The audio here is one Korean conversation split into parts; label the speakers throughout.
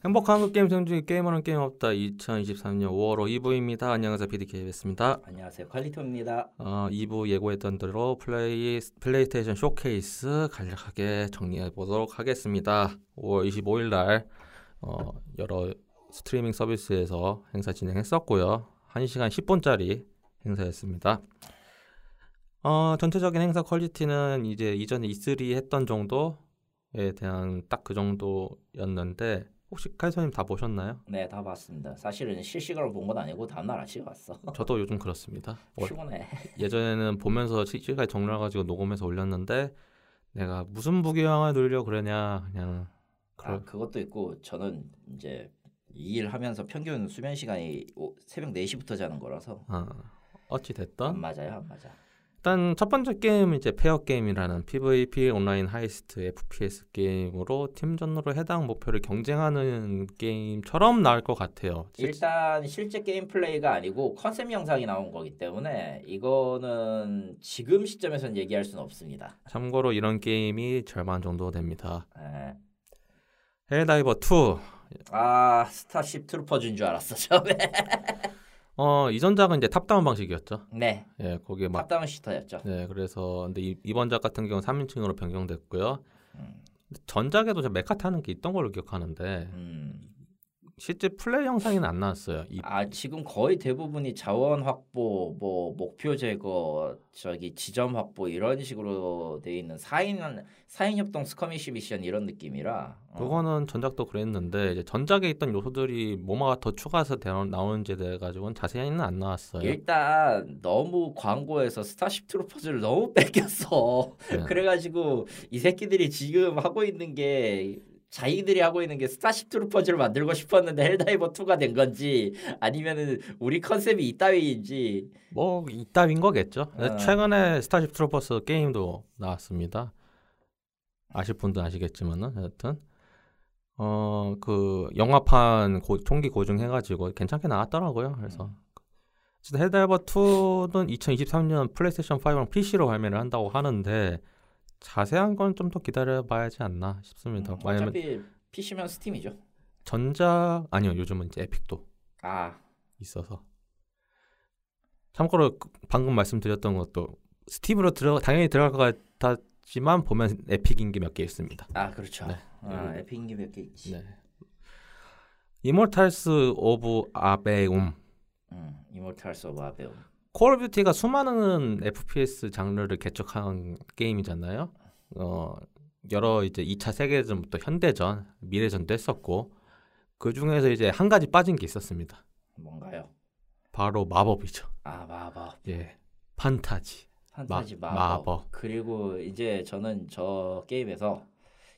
Speaker 1: 한복한 국 게임 생중에 게임하는 게임 없다 2023년 5월 5이부입니다. 안녕하세요 BDKBS입니다.
Speaker 2: 안녕하세요. 퀄리토입니다.
Speaker 1: 어, 2부 예고했던 대로 플레이, 플레이스테이션 쇼케이스 간략하게 정리해 보도록 하겠습니다. 5월 25일 날 어, 여러 스트리밍 서비스에서 행사 진행했었고요. 1시간 10분짜리 행사였습니다. 어, 전체적인 행사 퀄리티는 이제 이전에 E3 했던 정도에 대한 딱 그 정도였는데 혹시 칼소님 다 보셨나요?
Speaker 2: 네, 다 봤습니다. 사실은 실시간으로 본 건 아니고 다음날 아침에 봤어.
Speaker 1: 저도 요즘 그렇습니다. 뭐
Speaker 2: 피곤해.
Speaker 1: 예전에는 보면서 실시간 정리해가지고 녹음해서 올렸는데 내가 무슨 부기양을 늘려 그러냐 그냥
Speaker 2: 아, 그것도 있고 저는 이제 이 일 하면서 평균 수면 시간이 오- 새벽 4시부터 자는 거라서
Speaker 1: 아, 어찌
Speaker 2: 안
Speaker 1: 됐던
Speaker 2: 맞아요, 안 맞아.
Speaker 1: 일단 첫 번째 게임은 이제 페어 게임이라는 PVP 온라인 하이스트 FPS 게임으로 팀전으로 해당 목표를 경쟁하는 게임처럼 나올 것 같아요.
Speaker 2: 일단 실제 게임 플레이가 아니고 컨셉 영상이 나온 거기 때문에 이거는 지금 시점에선 얘기할 수는 없습니다.
Speaker 1: 참고로 이런 게임이 절반 정도 됩니다.
Speaker 2: 예.
Speaker 1: 헬다이버 2
Speaker 2: 아, 스타쉽 트루퍼즈인 줄 알았어 처음에.
Speaker 1: 어, 이전작은 이제 탑다운 방식이었죠.
Speaker 2: 네,
Speaker 1: 예, 거기에 막
Speaker 2: 탑다운 시터였죠.
Speaker 1: 네, 그래서 근데 이, 이번 작 같은 경우는 3인칭으로 변경됐고요.
Speaker 2: 음.
Speaker 1: 전작에도 저 메카 타는 게 있던 걸로 기억하는데
Speaker 2: 음.
Speaker 1: 실제 플레이 영상에는 안 나왔어요. 이,
Speaker 2: 아 지금 거의 대부분이 자원 확보, 뭐 목표 제거, 저기 지점 확보 이런 식으로 돼 있는 4인 4인 협동 스커미시 미션 이런 느낌이라. 어.
Speaker 1: 그거는 전작도 그랬는데 이제 전작에 있던 요소들이 뭐가 더 추가해서 대- 나오는지에 대해 가지고는 자세히는 안 나왔어요.
Speaker 2: 일단 너무 광고에서 스타쉽 트루퍼즈를 너무 뺏겼어.
Speaker 1: 네.
Speaker 2: 그래가지고 이 새끼들이 지금 하고 있는 게 자기들이 하고 있는 게 스타쉽 트루퍼즈를 만들고 싶었는데 헬다이버 2가 된 건지 아니면은 우리 컨셉이 이따위인지
Speaker 1: 뭐 이따윈 거겠죠. 근데
Speaker 2: 아.
Speaker 1: 최근에 스타쉽 트로퍼스 게임도 나왔습니다. 아실 분도 아시겠지만은 여튼 어 그 영화판 고- 총기 고증해가지고 괜찮게 나왔더라고요. 그래서
Speaker 2: 음.
Speaker 1: 어쨌든 헬다이버 2는 2023년 플레이스테이션 5랑 PC로 발매를 한다고 하는데 자세한 건 좀 더 기다려봐야지 않나 싶습니다. 그러니까 왜냐면
Speaker 2: 음, 어차피 PC면 스팀이죠.
Speaker 1: 전작 아니요 요즘은 이제 에픽도
Speaker 2: 아
Speaker 1: 있어서 참고로 그- 방금 말씀드렸던 것도 스팀으로 들어 당연히 들어갈 것 같았지만 보면 에픽인 게 몇 개 있습니다.
Speaker 2: 아 그렇죠.
Speaker 1: 네.
Speaker 2: 아, 에픽인 게 몇 개 있지.
Speaker 1: 네. 이모탈스 오브 아베움
Speaker 2: 음, 이모탈스 오브 아베움.
Speaker 1: 콜 오브 뷰티가 수많은 FPS 장르를 개척한 게임이잖아요. 어, 여러 이제 2차 세계대전부터 현대전, 미래전도 했었고 그 중에서 이제 한 가지 빠진 게 있었습니다.
Speaker 2: 뭔가요?
Speaker 1: 바로 마법이죠.
Speaker 2: 아 마법.
Speaker 1: 예, 판타지.
Speaker 2: 판타지
Speaker 1: 마-
Speaker 2: 마법.
Speaker 1: 마법.
Speaker 2: 그리고 이제 저는 저 게임에서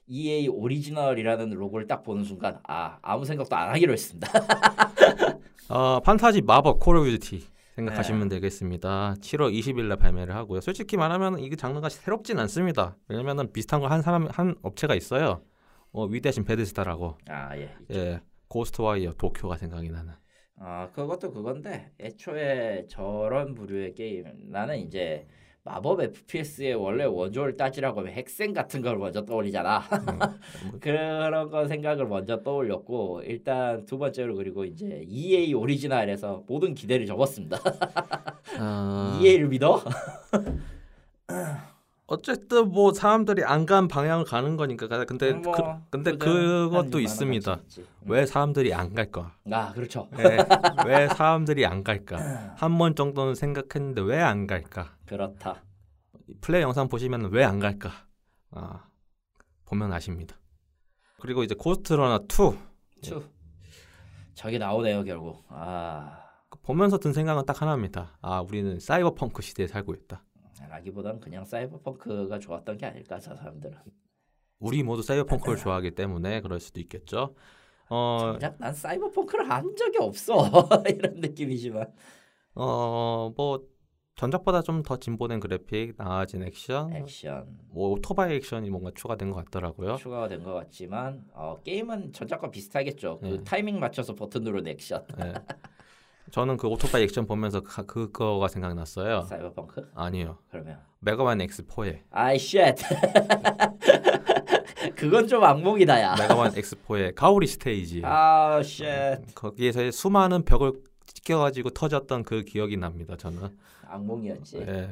Speaker 2: EA 오리지널이라는 로고를 딱 보는 순간 아 아무 생각도 안 하기로 했습니다.
Speaker 1: 어, 판타지 마법 콜 오브 듀티 생각하시면 되겠습니다. 7월 20일 날 발매를 하고요. 솔직히 말하면 이 장르가 새롭진 않습니다. 왜냐면은 비슷한 거 한 사람 한 업체가 있어요. 어, 위대하신 베데스다라고.
Speaker 2: 아 예.
Speaker 1: 예. 고스트와이어 도쿄가 생각이 나는.
Speaker 2: 아 그것도 그건데 애초에 저런 부류의 게임 나는 이제 마법 FPS의 원래 원조를 따지라고 하면 핵생 같은 걸 먼저
Speaker 1: 음,
Speaker 2: 떠올리잖아. 그런 거 생각을 먼저 떠올렸고 일단 두 번째로 그리고 이제 EA 오리지널에서 모든 기대를 접었습니다.
Speaker 1: 아,
Speaker 2: EA를 믿어?
Speaker 1: 어쨌든 뭐 사람들이 안 간 방향을 가는 거니까. 근데
Speaker 2: 음, 뭐,
Speaker 1: 그, 근데
Speaker 2: 도전하는
Speaker 1: 그것도
Speaker 2: 일만은
Speaker 1: 있습니다.
Speaker 2: 할수 있지. 음.
Speaker 1: 왜 사람들이 안 갈까?
Speaker 2: 아 그렇죠.
Speaker 1: 예, 왜 사람들이 안 갈까? 한 번 정도는 생각했는데 왜 안 갈까?
Speaker 2: 그렇다.
Speaker 1: 네. 플레이 영상 보시면 왜 안 갈까? 아, 보면 아십니다. 그리고 이제 고스트러너 2
Speaker 2: 투. 저게 나오네요 결국. 아
Speaker 1: 보면서 든 생각은 딱 하나입니다. 아, 우리는 사이버펑크 시대에 살고 있다.
Speaker 2: 라기보단 그냥 사이버펑크가 좋았던 게 아닐까 저 사람들은.
Speaker 1: 우리 모두 사이버펑크를 좋아하기 때문에 그럴 수도 있겠죠. 어,
Speaker 2: 정작 난 사이버펑크를 한 적이 없어 이런 느낌이지만.
Speaker 1: 어, 뭐 전작보다 좀 더 진보된 그래픽, 나아진 액션,
Speaker 2: 액션
Speaker 1: 뭐 오토바이 액션이 뭔가 추가된 것 같더라고요.
Speaker 2: 추가가 된 것 같지만 어, 게임은 전작과 비슷하겠죠. 그
Speaker 1: 네.
Speaker 2: 타이밍 맞춰서 버튼 누르는 액션.
Speaker 1: 예. 저는 그 오토바이 액션 보면서 가- 그거가 생각났어요.
Speaker 2: 사이버펑크?
Speaker 1: 아니요,
Speaker 2: 그러면
Speaker 1: 메가만 X4에
Speaker 2: 아이 쉣 그건 좀 악몽이다 야.
Speaker 1: 메가만 엑스포의 가오리 스테이지
Speaker 2: 아, 쉣.
Speaker 1: 거기에서 수많은 벽을 찢겨가지고 터졌던 그 기억이 납니다. 저는
Speaker 2: 악몽이었지.
Speaker 1: 예,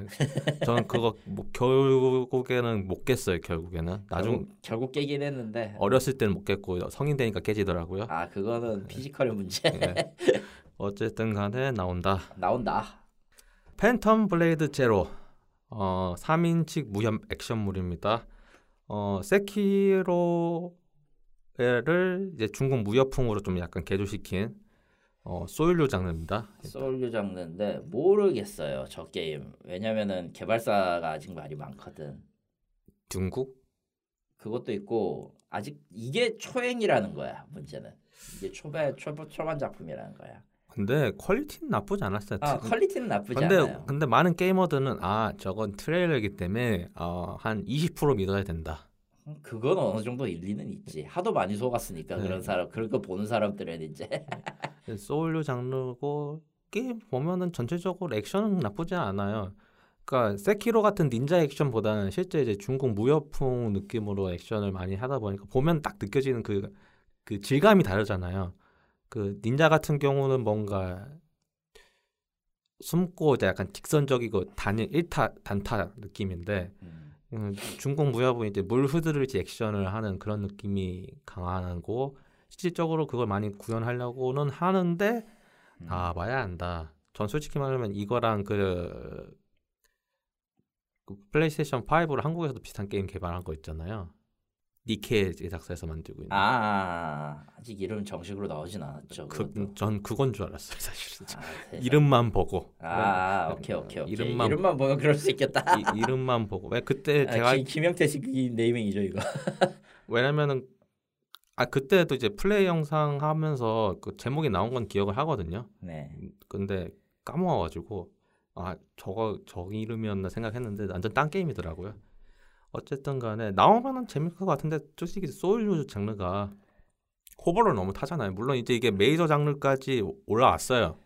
Speaker 1: 저는 그거 뭐 결국에는 못 깼어요. 결국에는 나중
Speaker 2: 결국, 결국 깨긴 했는데.
Speaker 1: 어렸을 때는 못 깼고 성인 되니까 깨지더라고요.
Speaker 2: 아,
Speaker 1: 네.
Speaker 2: 그거는 피지컬의 문제.
Speaker 1: 예. 어쨌든 간에 나온다.
Speaker 2: 나온다.
Speaker 1: 팬텀 블레이드 제로 어, 3인칭 무협 액션물입니다. 어, 세키로를 이제 중국 무협풍으로 좀 약간 개조시킨 어, 소일류 장르입니다.
Speaker 2: 소울류 장르인데 모르겠어요 저 게임. 왜냐면은 개발사가 아직 말이 많거든.
Speaker 1: 중국?
Speaker 2: 그것도 있고 아직 이게 초행이라는 거야 문제는. 이게 초반 초, 초반 작품이라는 거야.
Speaker 1: 근데 퀄리티는 나쁘지 않았어요.
Speaker 2: 아 퀄리티는 나쁘지
Speaker 1: 그 근데 그
Speaker 2: 않아요.
Speaker 1: 근데 많은 게이머들은 아 저건 트레일러이기 때문에 어, 한20% 믿어야 된다.
Speaker 2: 음, 그건 어느 정도 일리는 있지. 하도 많이 속았으니까
Speaker 1: 네.
Speaker 2: 그런 사람 그런 거 보는 사람들은 이제
Speaker 1: 소울류 장르고 게임 보면은 전체적으로 액션은 나쁘지 않아요. 그러니까 세키로 같은 닌자 액션보다는 실제 이제 중국 무협풍 느낌으로 액션을 많이 하다 보니까 보면 딱 느껴지는 그, 그 질감이 다르잖아요. 그 닌자 같은 경우는 뭔가 숨고 이제 약간 직선적이고 단일 일타 단타 느낌인데
Speaker 2: 음,
Speaker 1: 음, 중국 무협은 이제 물 흐드르지 액션을 하는 그런 느낌이 강하고 실질적으로 그걸 많이 구현하려고는 하는데
Speaker 2: 음.
Speaker 1: 아 봐야 한다. 전 솔직히 말하면 이거랑 그, 그 플레이스테이션 5로 한국에서도 비슷한 게임 개발한 거 있잖아요. 니케 제작사에서 만들고 있는.
Speaker 2: 아, 아직 이름 정식으로 나오진 않았죠.
Speaker 1: 그,
Speaker 2: 그렇죠. 그것도.
Speaker 1: 전 그건 줄 알았어요, 사실은.
Speaker 2: 아, 세상에.
Speaker 1: 이름만 보고.
Speaker 2: 아, 오케이 오케이 오케이.
Speaker 1: 이름만-
Speaker 2: 이름만, 보면 그럴 수 있겠다.
Speaker 1: 이, 이름만 보고. 왜 그때
Speaker 2: 아,
Speaker 1: 제가
Speaker 2: 김, 김영태 씨 그게 네이밍이죠 이거.
Speaker 1: 왜냐면은 아 그때도 이제 플레이 영상 하면서 그 제목이 나온 건 기억을 하거든요.
Speaker 2: 네.
Speaker 1: 음. 근데 까먹어가지고 아 저거 저 이름이었나 생각했는데 완전 딴 게임이더라고요. 어쨌든 간에 나오면은 재밌을 것 같은데 솔직히 소울류 장르가 호불호를 너무 타잖아요. 물론 이제 이게 메이저 장르까지 올라왔어요.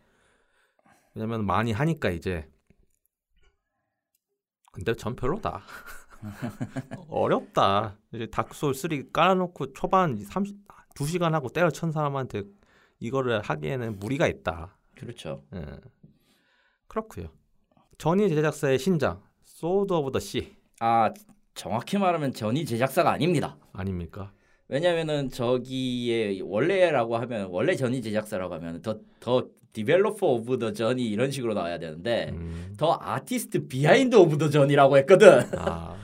Speaker 1: 왜냐면 많이 하니까 이제 근데 전 별로다. 어렵다. 이제 닥소울 3 깔아놓고 초반 30, 2시간 하고 때려친 사람한테 이거를 하기에는 무리가 있다.
Speaker 2: 그렇죠.
Speaker 1: 예. 그렇고요. 전이 제작사의 신작 소드 오브 더 씨
Speaker 2: 아 정확히 말하면 전이 제작사가 아닙니다.
Speaker 1: 아닙니까?
Speaker 2: 왜냐면은 저기에 원래라고 하면 원래 전이 제작사라고 하면 더 더 디벨로퍼 오브 더 전이 이런 식으로 나와야 되는데
Speaker 1: 음,
Speaker 2: 더 아티스트 비하인드 오브 더 전이라고 했거든.
Speaker 1: 아.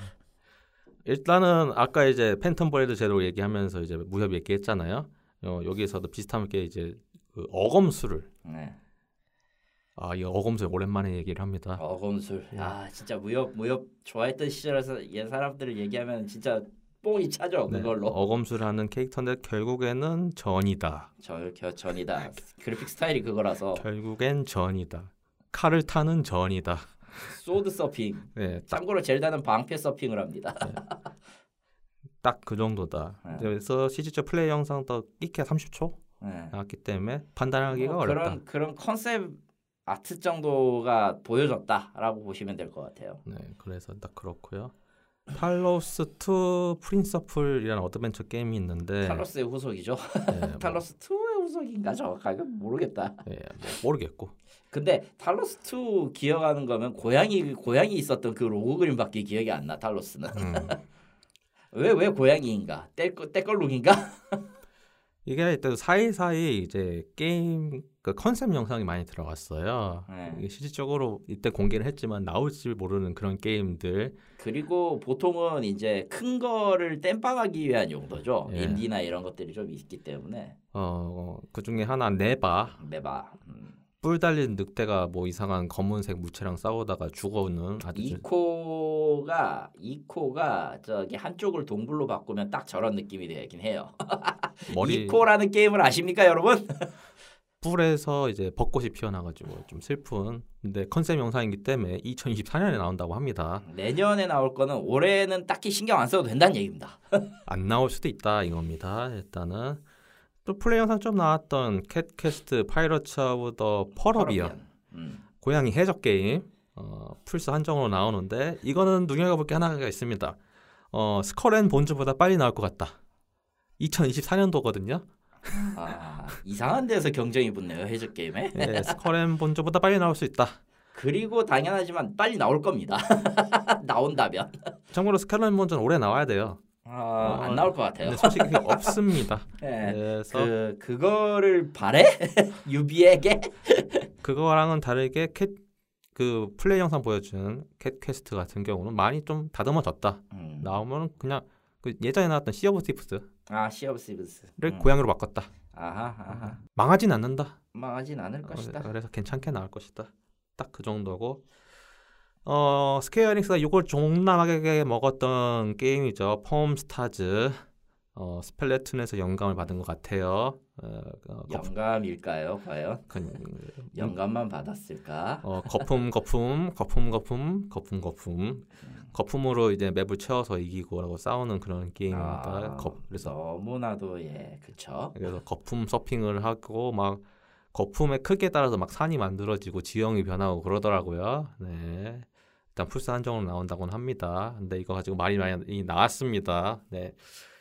Speaker 1: 일단은 아까 이제 팬텀 브레드 제로 얘기하면서 이제 무협 얘기했잖아요. 어, 여기서도 비슷하게 이제 그 어검술을
Speaker 2: 네.
Speaker 1: 아, 이 어검술 오랜만에 얘기를 합니다.
Speaker 2: 어검술.
Speaker 1: 예.
Speaker 2: 아 진짜 무협 무협 좋아했던 시절에서 옛 사람들을 얘기하면 진짜 뽕이 차죠
Speaker 1: 네,
Speaker 2: 그걸로.
Speaker 1: 어검술하는 캐릭터인데 결국에는 전이다.
Speaker 2: 저 겨- 전이다. 그래픽 스타일이 그거라서
Speaker 1: 결국엔 전이다. 칼을 타는 전이다.
Speaker 2: 소드 서핑.
Speaker 1: 네, 딱
Speaker 2: 참고로 젤다는 방패 서핑을 합니다.
Speaker 1: 딱 그 정도다.
Speaker 2: 네.
Speaker 1: 그래서 실질적 플레이 영상도 이케 30초
Speaker 2: 네.
Speaker 1: 나왔기 때문에 판단하기가
Speaker 2: 뭐
Speaker 1: 어렵다.
Speaker 2: 그런 그런 컨셉 아트 정도가 보여졌다라고 보시면 될 것 같아요.
Speaker 1: 네, 그래서 딱 그렇고요. 탈로스 2 프린서플이라는 어드벤처 게임이 있는데
Speaker 2: 탈로스의 후속이죠.
Speaker 1: 예, 네. 뭐,
Speaker 2: 탈로스 2의 후속인가 정확하게 모르겠다.
Speaker 1: 예, 뭐 모르겠고
Speaker 2: 근데 탈로스 2 기억하는 거면 고양이 고양이 있었던 그 로고 그림밖에 기억이 안 나. 탈로스는
Speaker 1: 음.
Speaker 2: 왜 왜 고양이인가? 떼걸 떼걸룩인가?
Speaker 1: 이게 일단 사이사이 이제 게임 그 컨셉 영상이 많이 들어갔어요.
Speaker 2: 네.
Speaker 1: 이게 실질적으로 이때 공개를 했지만 나올지 모르는 그런 게임들
Speaker 2: 그리고 보통은 이제 큰 거를 땜빵하기 위한 용도죠.
Speaker 1: 예.
Speaker 2: 인디나 이런 것들이 좀 있기 때문에
Speaker 1: 어, 그 중에 하나 네바
Speaker 2: 매바. 음.
Speaker 1: 뿔 달린 늑대가 뭐 이상한 검은색 무채랑 싸우다가 죽어오는 아주
Speaker 2: 이코가 이코가 저기 한쪽을 동굴로 바꾸면 딱 저런 느낌이 되긴 해요.
Speaker 1: 머리
Speaker 2: 이코라는 게임을 아십니까, 여러분?
Speaker 1: 뿔에서 이제 벚꽃이 피어나가지고 좀 슬픈 근데 컨셉 영상이기 때문에 2024년에 나온다고 합니다.
Speaker 2: 내년에 나올 거는 올해는 딱히 신경 안 써도 된다는 얘기입니다.
Speaker 1: 안 나올 수도 있다 이겁니다. 일단은 또 플레이 영상 좀 나왔던 캣캐스트 파이러츠 오브 더 펄업이요.
Speaker 2: 펄업이언. 음.
Speaker 1: 고양이 해적 게임 어, 플스 한정으로 나오는데 이거는 눈여겨볼 게 하나가 있습니다. 어, 스컬앤 본즈보다 빨리 나올 것 같다. 2024년도거든요.
Speaker 2: 아, 이상한 데서 경쟁이 붙네요 해적 게임에.
Speaker 1: 예, 스컬앤 본즈보다 빨리 나올 수 있다.
Speaker 2: 그리고 당연하지만 빨리 나올 겁니다. 나온다면
Speaker 1: 참고로 스컬앤 본즈는 올해 나와야 돼요.
Speaker 2: 아, 안 나올 것 같아요.
Speaker 1: 근데 소식이 없습니다.
Speaker 2: 예.
Speaker 1: 그래서
Speaker 2: 그 그거를 바래 유비에게
Speaker 1: 그거랑은 다르게 캣, 그 플레이 영상 보여주는 캣 퀘스트 같은 경우는 많이 좀 다듬어졌다.
Speaker 2: 음.
Speaker 1: 나오면 그냥 그 예전에 나왔던 시 오브 티프스를
Speaker 2: 아 시업 시브스를
Speaker 1: 고양이로 바꿨다.
Speaker 2: 음. 아하 아하
Speaker 1: 망하진 않는다.
Speaker 2: 망하진 않을 것이다.
Speaker 1: 어, 그래서 괜찮게 나올 것이다. 딱 그 정도고. 어, 스퀘어 에닉스가 이걸 종남하게 먹었던 게임이죠. 폼 스타즈. 어, 스플래툰에서 영감을 받은 것 같아요. 어, 어, 거품,
Speaker 2: 영감일까요 과연?
Speaker 1: 그-
Speaker 2: 영감만 받았을까?
Speaker 1: 어, 거품 거품 거품 거품 거품 거품 거품으로 이제 맵을 채워서 이기고라고 싸우는 그런 게임이다.
Speaker 2: 아,
Speaker 1: 거- 그래서
Speaker 2: 너무나도 예 그쵸.
Speaker 1: 그래서 거품 서핑을 하고 막 거품의 크기에 따라서 막 산이 만들어지고 지형이 변하고 그러더라고요. 네. 일단 플스 한정으로 나온다고는 합니다. 근데 이거 가지고 말이 많이 나왔습니다. 네.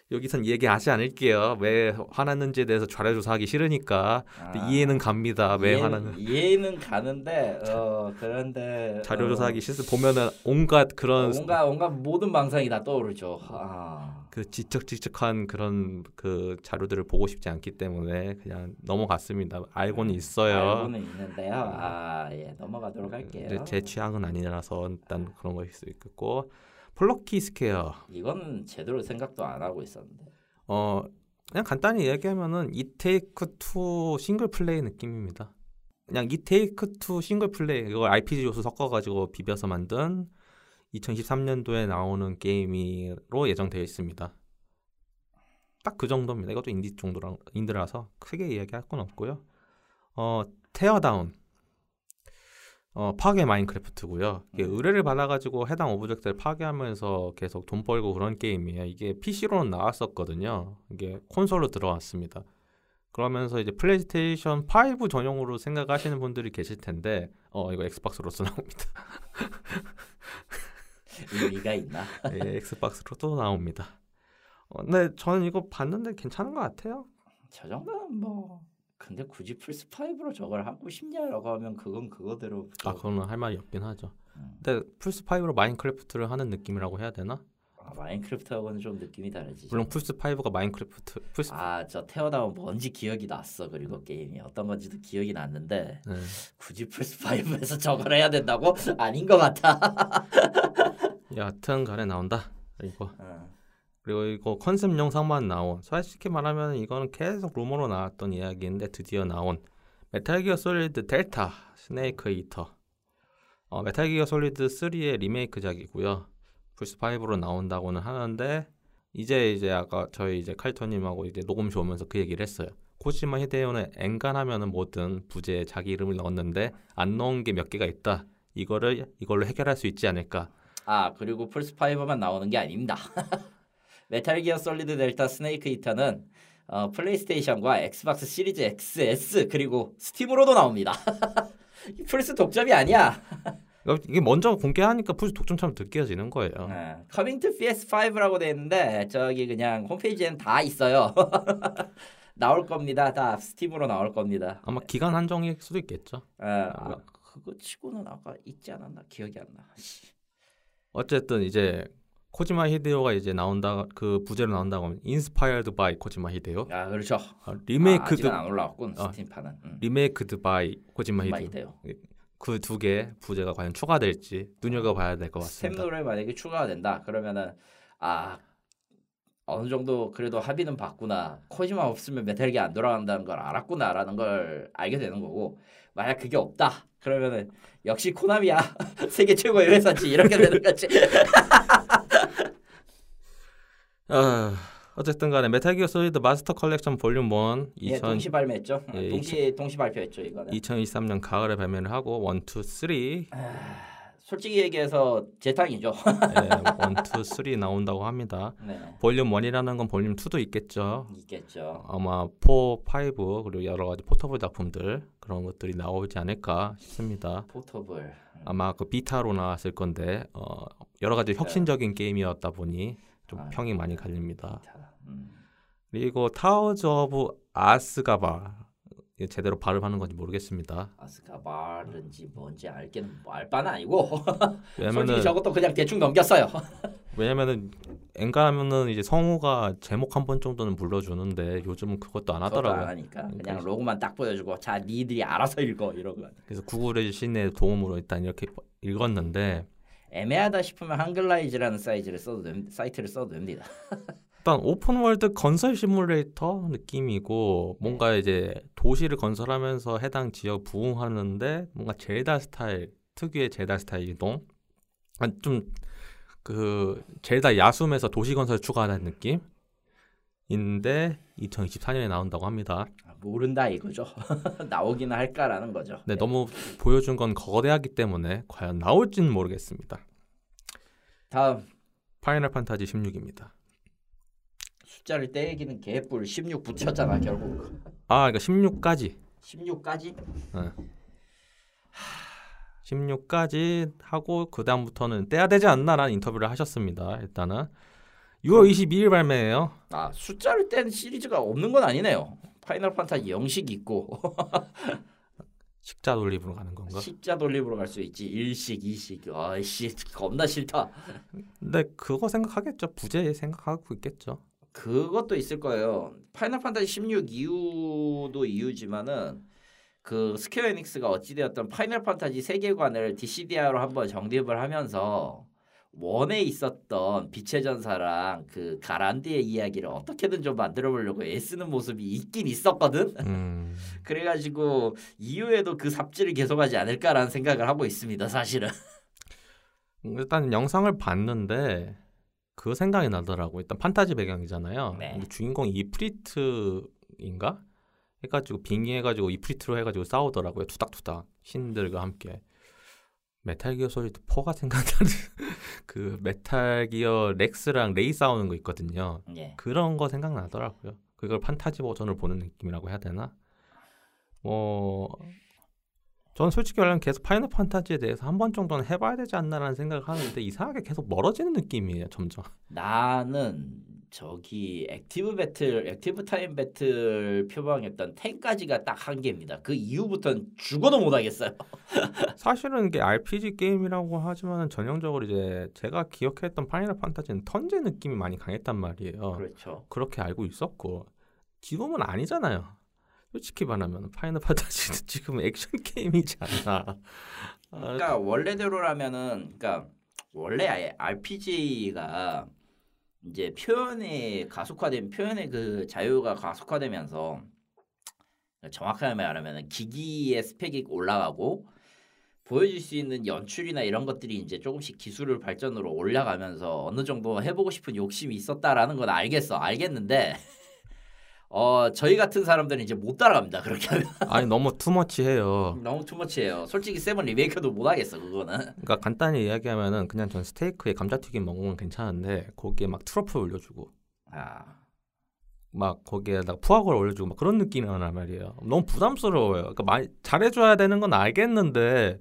Speaker 1: 여기선 얘기하지 않을게요. 왜 화났는지에 대해서 좌려조사하기 싫으니까 근데
Speaker 2: 아,
Speaker 1: 이해는 갑니다. 왜
Speaker 2: 이해는-
Speaker 1: 화났는?
Speaker 2: 이해는 가는데 어 그런데
Speaker 1: 자료조사하기 싫어 보면은 온갖
Speaker 2: 어,
Speaker 1: 그런
Speaker 2: 뭔가 뭔가 모든 망상이 다 떠오르죠. 아,
Speaker 1: 그 지적지적한 그런 그 자료들을 보고 싶지 않기 때문에 그냥 넘어갔습니다. 알고는 있어요.
Speaker 2: 음, 알고는 있는데요. 아 예 넘어가도록 할게요.
Speaker 1: 근데 네, 제 취향은 아니라서 일단 그런 거일 수 있겠고 플로키 스퀘어
Speaker 2: 이거는 제대로 생각도 안 하고 있었는데.
Speaker 1: 어 그냥 간단히 얘기하면은 이테이크 투 싱글 플레이 느낌입니다. 그냥 이테이크 투 싱글 플레이 이거 RPG 요소 섞어가지고 비벼서 만든 2023년도에 나오는 게임으로 예정되어 있습니다. 딱 그 정도입니다. 이것도 인디 정도랑 인드라서 크게 이야기할 건 없고요. 어 테어다운 어 파괴 마인크래프트고요. 이게
Speaker 2: 음.
Speaker 1: 의뢰를 받아가지고 해당 오브젝트를 파괴하면서 계속 돈 벌고 그런 게임이에요. 이게 PC로는 나왔었거든요. 이게 콘솔로 들어왔습니다. 그러면서 이제 플레이스테이션 5 전용으로 생각하시는 분들이 계실 텐데 어 이거 엑스박스로서 나옵니다.
Speaker 2: 의미가 있나?
Speaker 1: 예, 엑스박스로도 나옵니다. 어, 근데 저는 이거 봤는데 괜찮은 것 같아요.
Speaker 2: 저 정도는 뭐. 근데 굳이 플스 5로 저걸 하고 싶냐라고 하면 그건 그거대로. 또-
Speaker 1: 아 그거는 할 말이 없긴 하죠.
Speaker 2: 음.
Speaker 1: 근데 플스 5로 마인크래프트를 하는 느낌이라고 해야 되나?
Speaker 2: 아, 마인크래프트하고는 좀 느낌이 다르지.
Speaker 1: 물론 플스 5가 마인크래프트 플스
Speaker 2: 예. 아저 테어다운 뭔지 기억이 났어 그리고 게임이 어떤 건지도 기억이 났는데
Speaker 1: 네.
Speaker 2: 굳이 플스 5에서 저걸 해야 된다고 아닌 것 같아.
Speaker 1: 여하튼 간에 나온다. 이거
Speaker 2: 어.
Speaker 1: 그리고 이거 컨셉 영상만 나온 솔직히 말하면 이거는 계속 루머로 나왔던 이야기인데 드디어 나온 메탈 기어 솔리드 델타 스네이크 이터 어, 메탈 기어 솔리드 3의 리메이크작이고요 플스 5로 나온다고는 하는데 이제 이제 아까 저희 이제 칼터님하고 이제 녹음실 오면서 그 얘기를 했어요 코시마 히데오는 엔간하면은 뭐든 부제에 자기 이름을 넣었는데 안 넣은 게 몇 개가 있다 이거를 이걸로 해결할 수 있지 않을까
Speaker 2: 아 그리고 플스 5만 나오는 게 아닙니다. 메탈 기어 솔리드 델타 스네이크 히터는 어, 플레이스테이션과 엑스박스 시리즈 XS 그리고 스팀으로도 나옵니다. 이 플스 독점이 아니야.
Speaker 1: 그러니까 이게 먼저 공개하니까 플스 독점처럼 느껴지는 거예요
Speaker 2: 어. 커밍 투 PS5라고 돼 있는데 저기 그냥 홈페이지엔 다 있어요. 나올 겁니다. 다 스팀으로 나올 겁니다.
Speaker 1: 아마 기간 한정일 수도 있겠죠.
Speaker 2: 어, 아, 그거 치고는 아까 있지 않았나 기억이 안 나. 씨.
Speaker 1: 어쨌든 이제 코지마 히데오가 이제 나온다 그 부제로 나온다고 하면 인스파이어드 바이 코지마 히데오
Speaker 2: 아 그렇죠.
Speaker 1: 아,
Speaker 2: 아,
Speaker 1: 리메이크드
Speaker 2: 아직은 안 올라왔군
Speaker 1: 아,
Speaker 2: 스팀판은. 음.
Speaker 1: 리메이크드 바이 코지마 히데오
Speaker 2: 마이데요.
Speaker 1: 그 두 개 부제가 과연 추가될지 눈여겨봐야 될 것
Speaker 2: 스텝
Speaker 1: 같습니다.
Speaker 2: 노래 만약에 추가가 된다 그러면은 아 어느 정도 그래도 합의는 봤구나 코지마 없으면 메탈기 안 돌아간다는 걸 알았구나라는 걸 알게 되는 거고 만약 그게 없다 그러면은 역시 코나미야 세계 최고의 회사지 이렇게 되는 거지
Speaker 1: 아, 어쨌든간에 메탈 기어 솔리드 마스터 컬렉션 볼륨 1
Speaker 2: 예,
Speaker 1: 2000,
Speaker 2: 동시 발매했죠
Speaker 1: 예,
Speaker 2: 동시 동시 발표했죠 이거는
Speaker 1: 2023년 가을에 발매를 하고 1, 2, 3 예, 1, 2,
Speaker 2: 솔직히 얘기해서 재탕이죠
Speaker 1: 예, 3 나온다고 합니다.
Speaker 2: 네
Speaker 1: 볼륨 1이라는 건 볼륨 2도 있겠죠.
Speaker 2: 있겠죠
Speaker 1: 아마 4, 5 그리고 여러 가지 포터블 작품들 그런 것들이 나오지 않을까 싶습니다.
Speaker 2: 포터블
Speaker 1: 아마 그 비타로 나왔을 건데 어, 여러 가지 혁신적인 게임이었다 보니 좀
Speaker 2: 네. 아,
Speaker 1: 평이 많이 갈립니다.
Speaker 2: 자, 음.
Speaker 1: 그리고 타워즈 오브 아스가바 이게 제대로 발음하는 건지 모르겠습니다.
Speaker 2: 아스가바른지 뭔지 알게는 알 바는 아니고 솔직히
Speaker 1: 왜냐면은
Speaker 2: 저것도 그냥 대충 넘겼어요.
Speaker 1: 왜냐면은 엔간하면은 이제 성우가 제목 한 번 정도는 불러주는데 요즘은 그것도 안
Speaker 2: 저것도 안
Speaker 1: 하더라고요.
Speaker 2: 하니까 그냥
Speaker 1: 그래서-
Speaker 2: 로고만 딱 보여주고 자 니들이 알아서 읽어 이러고
Speaker 1: 그래서 구글의 신의 도움으로 일단 이렇게 읽었는데
Speaker 2: 애매하다 싶으면 한글라이즈라는 사이즈를 써도 됩- 사이트를 써도 됩니다.
Speaker 1: 일단 오픈월드 건설 시뮬레이터 느낌이고 뭔가 이제 도시를 건설하면서 해당 지역 부흥하는데 뭔가 젤다 스타일 특유의 젤다 스타일 이동 좀 그 젤다 야숨에서 도시 건설 추가하는 느낌인데 2024년에 나온다고 합니다.
Speaker 2: 아, 모른다 이거죠. 나오기는 할까라는 거죠.
Speaker 1: 근데 네, 너무 보여준 건 거대하기 때문에 과연 나올지는 모르겠습니다.
Speaker 2: 예, 다음
Speaker 1: 파이널 판타지 16입니다.
Speaker 2: 숫자를 떼기는 개뿔 16 붙였잖아 결국.
Speaker 1: 아, 그러니까 16까지
Speaker 2: 16까지?
Speaker 1: 16까지 하고 그 다음부터는 떼야 되지 않나라는 인터뷰를 하셨습니다. 일단은 6월 22일 발매예요.
Speaker 2: 아 숫자를 뗀 시리즈가 없는 건 아니네요. 파이널 판타지 영식 있고
Speaker 1: 식자 돌립으로 가는 건가?
Speaker 2: 십자 돌림으로 갈 수 있지 일식 이식 아씨 겁나 싫다.
Speaker 1: 근데 그거 생각하겠죠. 부재 생각하고 있겠죠.
Speaker 2: 그것도 있을 거예요. 파이널 판타지 16 이유도 이유지만은 그 스퀘어 에닉스가 어찌되었던 파이널 판타지 세계관을 DCDR로 한번 정립을 하면서 원에 있었던 빛의 전사랑 그 가란드의 이야기를 어떻게든 좀 만들어 보려고 애쓰는 모습이 있긴 있었거든.
Speaker 1: 음,
Speaker 2: 그래가지고 이후에도 그 삽질을 계속하지 않을까라는 생각을 하고 있습니다. 사실은.
Speaker 1: 음, 일단 영상을 봤는데 그 생각이 나더라고. 일단 판타지 배경이잖아요.
Speaker 2: 네.
Speaker 1: 근데 주인공 이프리트인가? 해가지고 빙의해가지고 이프리트로 해가지고 싸우더라고요. 투닥투닥 신들과 함께. 메탈 기어 솔리드 4가 생각나는 그 메탈 기어 렉스랑 레이 싸우는 거 있거든요.
Speaker 2: 예.
Speaker 1: 그런 거 생각나더라고요. 그걸 판타지 버전을 보는 느낌이라고 해야 되나? 뭐 저는 솔직히 말하면 계속 파이널 판타지에 대해서 한 번 정도는 해봐야 되지 않나라는 생각을 하는데 이상하게 계속 멀어지는 느낌이에요 점점.
Speaker 2: 나는 저기 액티브 배틀, 액티브 타임 배틀 표방했던 10까지가 딱 한 개입니다. 그 이후부터는 죽어도 못 하겠어요.
Speaker 1: 사실은 이게 RPG 게임이라고 하지만 전형적으로 이제 제가 기억했던 파이널 판타지는 턴제 느낌이 많이 강했단 말이에요.
Speaker 2: 그렇죠.
Speaker 1: 그렇게 알고 있었고 지금은 아니잖아요. 솔직히 말하면 파이널 판타지는 지금 액션 게임이잖아. 아,
Speaker 2: 그러니까 원래대로라면은 그러니까 원래 아예 RPG가 이제 표현의 가속화된 표현의 그 자유가 가속화되면서 그러니까 정확하게 말하면 기기의 스펙이 올라가고 보여줄 수 있는 연출이나 이런 것들이 이제 조금씩 기술을 발전으로 올라가면서 어느 정도 해보고 싶은 욕심이 있었다라는 건 알겠어 알겠는데 어 저희 같은 사람들은 이제 못 따라갑니다 그렇게 하면
Speaker 1: 아니 너무 투머치해요.
Speaker 2: 너무 투머치예요 솔직히 세븐 리메이크도 못 하겠어 그거는
Speaker 1: 그러니까 간단히 이야기하면은 그냥 전 스테이크에 감자튀김 먹으면 괜찮은데 거기에 막 트러플 올려주고
Speaker 2: 아,
Speaker 1: 막 거기에다가 푸악을 올려주고 막 그런 느낌이란 말이에요. 너무 부담스러워요. 그러니까 많이 잘해줘야 되는 건 알겠는데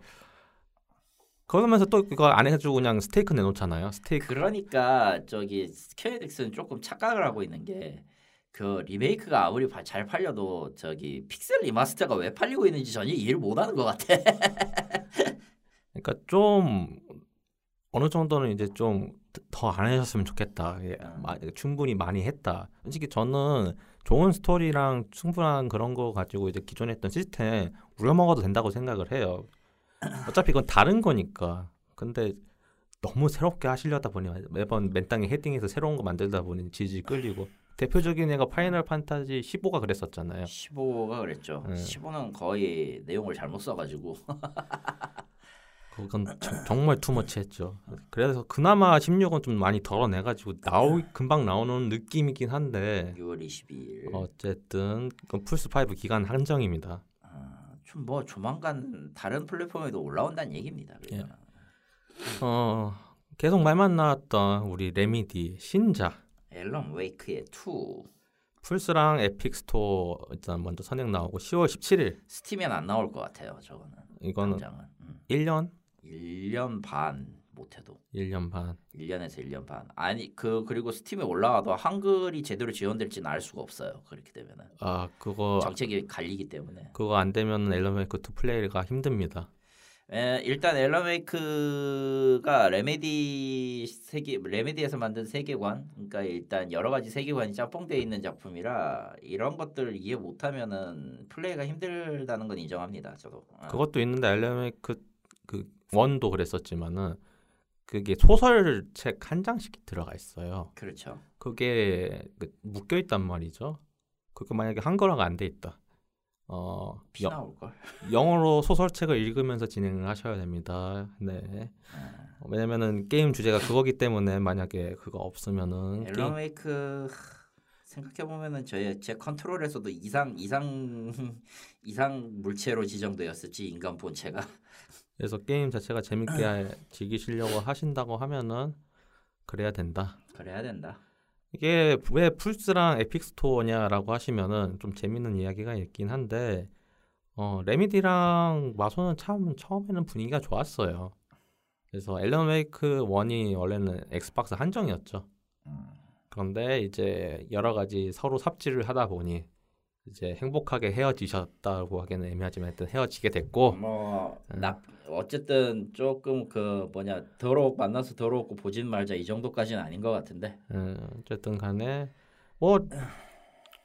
Speaker 1: 그러면서 또 그거 안 해주고 그냥 스테이크 내놓잖아요. 스테이크
Speaker 2: 그러니까 저기 스퀘어닉스는 조금 착각을 하고 있는 게 그 리메이크가 아무리 바- 잘 팔려도 저기 픽셀 리마스터가 왜 팔리고 있는지 전혀 이해를 못하는 것 같아.
Speaker 1: 네. 그러니까 좀 어느 정도는 이제 좀 더 안 해줬으면 좋겠다. 예, 마- 충분히 많이 했다. 솔직히 저는 좋은 스토리랑 충분한 그런 거 가지고 이제 기존에 했던 시스템 우려먹어도 된다고 생각을 해요. 어차피 이건 다른 거니까. 근데 너무 새롭게 하시려다 보니 매번 맨땅에 헤딩해서 새로운 거 만들다 보니 질질 끌리고 대표적인 애가 파이널 판타지 15가 그랬었잖아요.
Speaker 2: 15가 그랬죠.
Speaker 1: 음.
Speaker 2: 15는 거의 내용을 잘못 써가지고
Speaker 1: 그건 정- 정말 투머치했죠. 그래서 그나마 16은 좀 많이 덜어내가지고 나오 금방 나오는 느낌이긴 한데
Speaker 2: 6월 22일.
Speaker 1: 어쨌든 그건 플스 5 기간 한정입니다.
Speaker 2: 아, 좀뭐 조만간 다른 플랫폼에도 올라온다는 얘기입니다.
Speaker 1: 예.
Speaker 2: 그러니까.
Speaker 1: 어 계속 말만 나왔던 우리 레미디 신작
Speaker 2: 앨런 웨이크의 2
Speaker 1: 플스랑 에픽 스토어 일단 먼저 선행 나오고 10월 17일 음.
Speaker 2: 스팀엔 안 나올 것 같아요. 저거는
Speaker 1: 이거는
Speaker 2: 당장은 음.
Speaker 1: 1년
Speaker 2: 1년 반 못해도
Speaker 1: 1년 반.
Speaker 2: 1년에서 1년 반 아니 그 그리고 스팀에 올라와도 한글이 제대로 지원될지는 알 수가 없어요 그렇게 되면은
Speaker 1: 아 그거
Speaker 2: 정책이 갈리기 때문에
Speaker 1: 그거 안 되면 엘런메이크 2 플레이가 힘듭니다.
Speaker 2: 에, 예, 일단 엘런웨이크가 레메디 세계 레메디에서 만든 세계관 그러니까 일단 여러 가지 세계관이 짬뽕돼 있는 작품이라 이런 것들을 이해 못하면은 플레이가 힘들다는 건 인정합니다 저도 어.
Speaker 1: 그것도 있는데 엘런메이크 그 원도 그랬었지만은 그게 소설책 한 장씩 들어가 있어요.
Speaker 2: 그렇죠
Speaker 1: 그게 그 묶여 있단 말이죠. 그게 만약에 한글화가 안 돼 있다. 어
Speaker 2: 피
Speaker 1: 여-
Speaker 2: 나올 걸
Speaker 1: 영어로 소설책을 읽으면서 진행을 하셔야 됩니다. 네.
Speaker 2: 아.
Speaker 1: 어, 왜냐면은 게임 주제가 그거기 때문에 만약에 그거 없으면은
Speaker 2: 네, 앨런
Speaker 1: 게임,
Speaker 2: 웨이크 생각해 보면은 제, 제 컨트롤에서도 이상 이상 이상 물체로 지정되었을지 인간 본체가
Speaker 1: 그래서 게임 자체가 재밌게 하- 즐기시려고 하신다고 하면은 그래야 된다.
Speaker 2: 그래야 된다.
Speaker 1: 이게 왜 플스랑 에픽 스토어냐라고 하시면은 좀 재밌는 이야기가 있긴 한데 어, 레미디랑 마소는 참 처음에는 분위기가 좋았어요. 그래서 앨런 웨이크 1이 원래는 엑스박스 한정이었죠. 음. 그런데 이제 여러 가지 서로 삽질을 하다 보니 이제 행복하게 헤어지셨다고 하기는 애매하지만 하여튼 헤어지게 됐고 음.
Speaker 2: 뭐나 어쨌든 조금 그 뭐냐 더러 만나서 더러웠고 보진 말자 이 정도까지는 아닌 것 같은데
Speaker 1: 음, 어쨌든 간에 뭐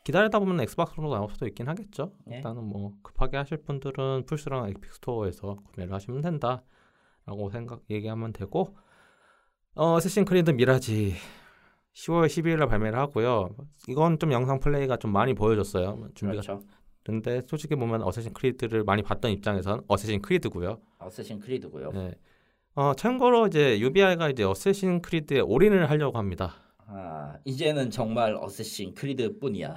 Speaker 1: 기다리다 보면 엑스박스로 나올 수도 있긴 하겠죠.
Speaker 2: 예.
Speaker 1: 일단은 뭐 급하게 하실 분들은 플스랑 에픽 스토어에서 구매를 하시면 된다라고 생각 얘기하면 되고 어 세신 크리드 미라지 10월 12일 날 발매를 하고요. 이건 좀 영상 플레이가 좀 많이 보여줬어요. 준비가
Speaker 2: 그렇죠.
Speaker 1: 근데 솔직히 보면 어쌔신 크리드를 많이 봤던 입장에선 어쌔신 크리드고요.
Speaker 2: 어쌔신 크리드고요.
Speaker 1: 네. 어 참고로 이제 UBI가 이제 어쌔신 크리드에 올인을 하려고 합니다.
Speaker 2: 아 이제는 정말 어쌔신 크리드뿐이야.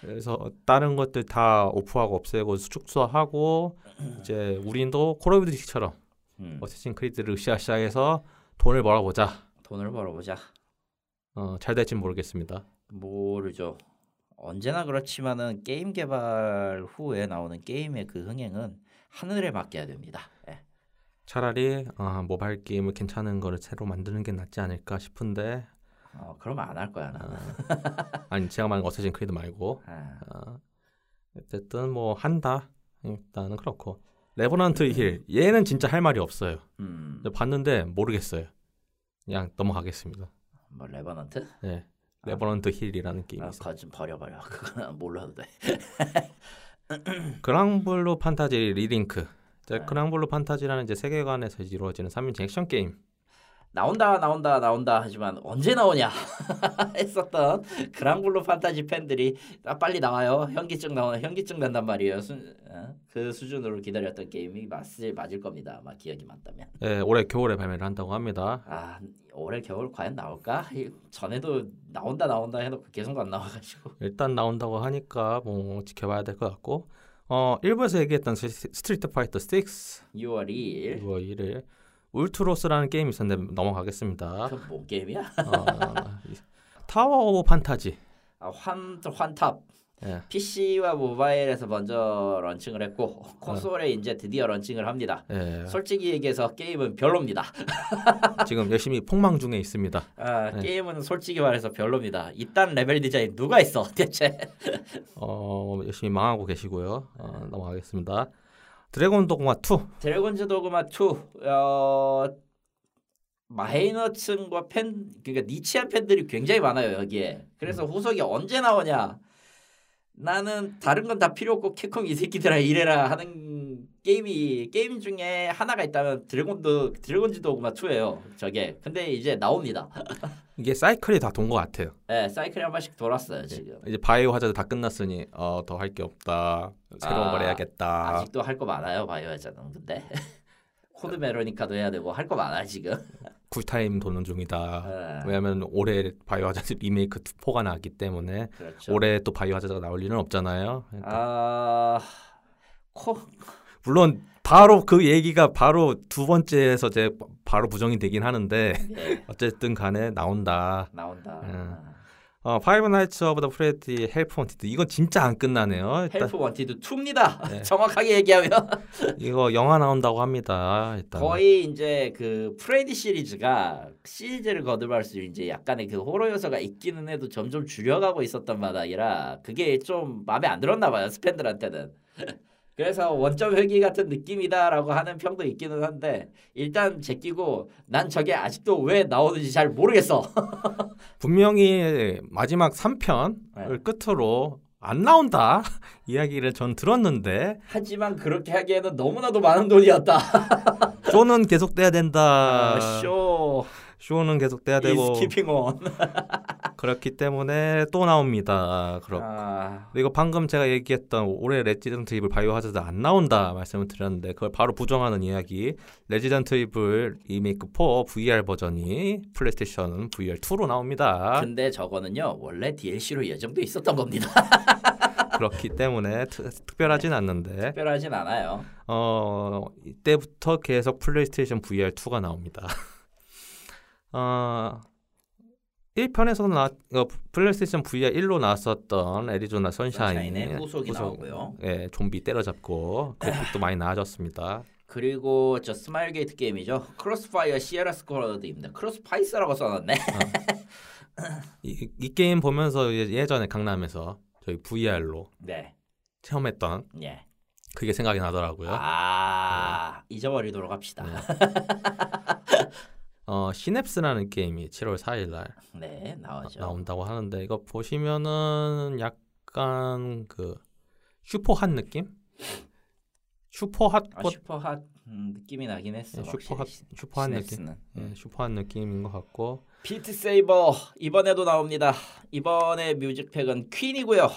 Speaker 1: 그래서 다른 것들 다 오프하고 없애고 수축소하고 이제 우린도 콜 오브 듀티처럼
Speaker 2: 음,
Speaker 1: 어쌔신 크리드를 으쌰으쌰해서 돈을 벌어보자.
Speaker 2: 돈을 벌어보자.
Speaker 1: 어, 잘 될진 모르겠습니다.
Speaker 2: 모르죠. 언제나 그렇지만은 게임 개발 후에 나오는 게임의 그 흥행은 하늘에 맡겨야 됩니다. 예.
Speaker 1: 차라리 아, 모바일 게임을 괜찮은 거를 새로 만드는 게 낫지 않을까 싶은데
Speaker 2: 어, 그러면 안 할 거야 나.
Speaker 1: 아니 제가 말한 어쌔신 크리드 말고
Speaker 2: 아,
Speaker 1: 어, 어쨌든 뭐 한다 일단은 그렇고 레버넌트 힐 얘는 진짜 할 말이 없어요.
Speaker 2: 음,
Speaker 1: 봤는데 모르겠어요. 그냥 넘어가겠습니다.
Speaker 2: 뭐 레버넌트?
Speaker 1: 네. 레버넌트 힐이라는 게임이
Speaker 2: 아,
Speaker 1: 있어요.
Speaker 2: 그거 좀 버려버려. 그거는 몰라도 돼.
Speaker 1: 그랑블루 판타지 리링크. 이제
Speaker 2: 네.
Speaker 1: 그랑블루 판타지라는 이제 세계관에서 이루어지는 3인칭 액션 게임.
Speaker 2: 나온다 나온다 나온다 하지만 언제 나오냐 했었던 그랑블루 판타지 팬들이 아, 빨리 나와요. 현기증 나오나 현기증 난단 말이에요. 순, 어? 그 수준으로 기다렸던 게임이 맞을 맞을 겁니다. 아마 기억이 맞다면.
Speaker 1: 예, 올해 겨울에 발매를 한다고 합니다.
Speaker 2: 아 올해 겨울 과연 나올까? 이- 전에도 나온다 나온다 해놓고 계속 안 나와가지고
Speaker 1: 일단 나온다고 하니까 뭐 지켜봐야 될 것 같고. 어, 1부에서 얘기했던 스- 스트리트 파이터 6
Speaker 2: 6월 2일
Speaker 1: 6월 1일 울트로스라는 게임이 있었는데 넘어가겠습니다.
Speaker 2: 그뭔 뭐 게임이야?
Speaker 1: 어, 이- 타워 오브 판타지.
Speaker 2: 아, 환 환탑
Speaker 1: 예.
Speaker 2: PC와 모바일에서 먼저 런칭을 했고 콘솔에 이제 드디어 런칭을 합니다.
Speaker 1: 예,
Speaker 2: 솔직히 얘기해서 게임은 별로입니다.
Speaker 1: 지금 열심히 폭망 중에 있습니다.
Speaker 2: 아,
Speaker 1: 네.
Speaker 2: 게임은 솔직히 말해서 별로입니다. 이딴 레벨 디자인 누가 있어 대체?
Speaker 1: 어, 열심히 망하고 계시고요. 어, 넘어가겠습니다. 드래곤 도그마 2.
Speaker 2: 드래곤즈 도그마 2 어, 마이너층과 팬 그러니까 니치한 팬들이 굉장히 많아요 여기에 그래서 후속이 언제 나오냐 나는 다른 건 다 필요 없고 캡콤 이 새끼들아 이래라 하는 게임이 게임 중에 하나가 있다면 드래곤도 드래곤즈 도그마 2예요 저게 근데 이제 나옵니다
Speaker 1: 이게 사이클이 다 돈 것 같아요.
Speaker 2: 네, 사이클이 한 번씩 돌았어요 지금
Speaker 1: 이제 바이오 하자드 다 끝났으니 어, 더 할 게 없다. 새로운
Speaker 2: 아,
Speaker 1: 걸 해야겠다.
Speaker 2: 아직도 할 거 많아요 바이오에서는 근데 코드 메로니카도 해야 되고 할 거 많아 지금
Speaker 1: 쿨타임 도는 중이다.
Speaker 2: 아,
Speaker 1: 왜냐하면 올해 바이오 하자드 리메이크 4가 나왔기 때문에
Speaker 2: 그렇죠.
Speaker 1: 올해 또 바이오 하자드가 나올 일은 없잖아요. 그러니까.
Speaker 2: 아, 코
Speaker 1: 물론 바로 그 얘기가 바로 두 번째에서 이제 바로 부정이 되긴 하는데
Speaker 2: 예,
Speaker 1: 어쨌든 간에 나온다.
Speaker 2: 나온다.
Speaker 1: 음. 어, 파이브 나이츠 오브 더 프레디 헬프 원티드 이건 진짜 안 끝나네요. 일단
Speaker 2: 헬프 원티드 2입니다.
Speaker 1: 네.
Speaker 2: 정확하게 얘기하면
Speaker 1: 이거 영화 나온다고 합니다. 일단
Speaker 2: 거의 이제 그 프레디 시리즈가 시리즈를 거듭할수록 이제 약간의 그 호러 요소가 있기는 해도 점점 줄여가고 있었던 바닥이라 그게 좀 마음에 안 들었나 봐요 스팬들한테는. 그래서 원점 회귀 같은 느낌이다라고 하는 평도 있기는 한데 일단 제끼고 난 저게 아직도 왜 나오는지 잘 모르겠어.
Speaker 1: 분명히 마지막 3편을
Speaker 2: 네.
Speaker 1: 끝으로 안 나온다 이야기를 전 들었는데
Speaker 2: 하지만 그렇게 하기에는 너무나도 많은 돈이었다.
Speaker 1: 쇼는 계속돼야 된다.
Speaker 2: 아, 쇼
Speaker 1: 쇼는 계속돼야 되고
Speaker 2: is keeping on.
Speaker 1: 그렇기 때문에 또 나옵니다. 그렇.
Speaker 2: 아,
Speaker 1: 이거 방금 제가 얘기했던 올해 레지던트 이블 바이오 하자드 안 나온다 말씀을 드렸는데 그걸 바로 부정하는 이야기 레지던트 이블 리메이크 4 VR 버전이 플레이스테이션 VR2로 나옵니다.
Speaker 2: 근데 저거는요 원래 DLC로 예정돼 있었던 겁니다.
Speaker 1: 그렇기 때문에 특- 특별하진 않는데
Speaker 2: 특별하진 않아요.
Speaker 1: 어 이때부터 계속 플레이스테이션 VR2가 나옵니다. 어 1편에서 나 어, 플레이스테이션 VR1로 나왔었던 애리조나
Speaker 2: 선샤인의
Speaker 1: 선샤인의
Speaker 2: 후속이 나오고요.
Speaker 1: 예, 좀비 때려잡고 그래픽도 많이 나아졌습니다.
Speaker 2: 그리고 저 스마일 게이트 게임이죠. 크로스파이어 시에라 스쿼드입니다. 크로스파이스라고 써놨네.
Speaker 1: 이, 이 게임 보면서 예- 예전에 강남에서 저희 VR로
Speaker 2: 네.
Speaker 1: 체험했던
Speaker 2: 예.
Speaker 1: 그게 생각이 나더라고요.
Speaker 2: 아
Speaker 1: 예.
Speaker 2: 잊어버리도록 합시다.
Speaker 1: 어, 시냅스라는 게임이 7월 4일 날
Speaker 2: 네 나오죠.
Speaker 1: 나온다고 하는데 이거 보시면은 약간 그 슈퍼핫 느낌? 슈퍼핫
Speaker 2: 아,
Speaker 1: 꽃
Speaker 2: 슈퍼핫 음, 느낌이 나긴 했어.
Speaker 1: 예, 슈퍼핫
Speaker 2: 확실히.
Speaker 1: 슈퍼핫 느낌.
Speaker 2: 스냅스는.
Speaker 1: 예, 슈퍼핫 느낌인 것 같고
Speaker 2: 비트 세이버 이번에도 나옵니다. 이번에 뮤직팩은 퀸이고요.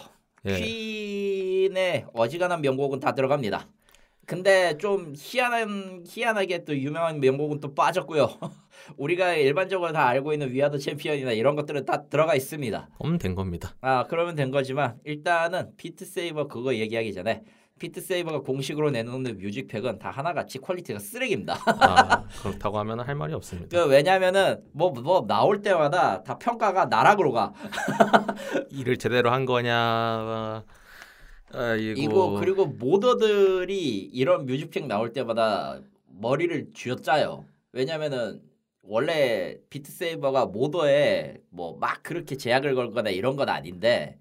Speaker 1: 예.
Speaker 2: 퀸의 어지간한 명곡은 다 들어갑니다. 근데 좀 희한한 희한하게 또 유명한 명곡은 또 빠졌고요. 우리가 일반적으로 다 알고 있는 위아더 챔피언이나 이런 것들은 다 들어가 있습니다.
Speaker 1: 그럼 된 겁니다.
Speaker 2: 아 그러면 된 거지만 일단은 비트 세이버 그거 얘기하기 전에 비트 세이버가 공식으로 내놓는 뮤직팩은 다 하나같이 퀄리티가 쓰레기입니다.
Speaker 1: 아, 그렇다고 하면 할 말이 없습니다.
Speaker 2: 그 왜냐면은 뭐 뭐 나올 때마다 다 평가가 나락으로 가. 그러니까
Speaker 1: 일을 제대로 한 거냐? 아이고.
Speaker 2: 이거 그리고 모더들이 이런 뮤직팩 나올 때마다 머리를 쥐어짜요. 왜냐면은 원래 비트세이버가 모더에 뭐 막 그렇게 제약을 걸거나 이런 건 아닌데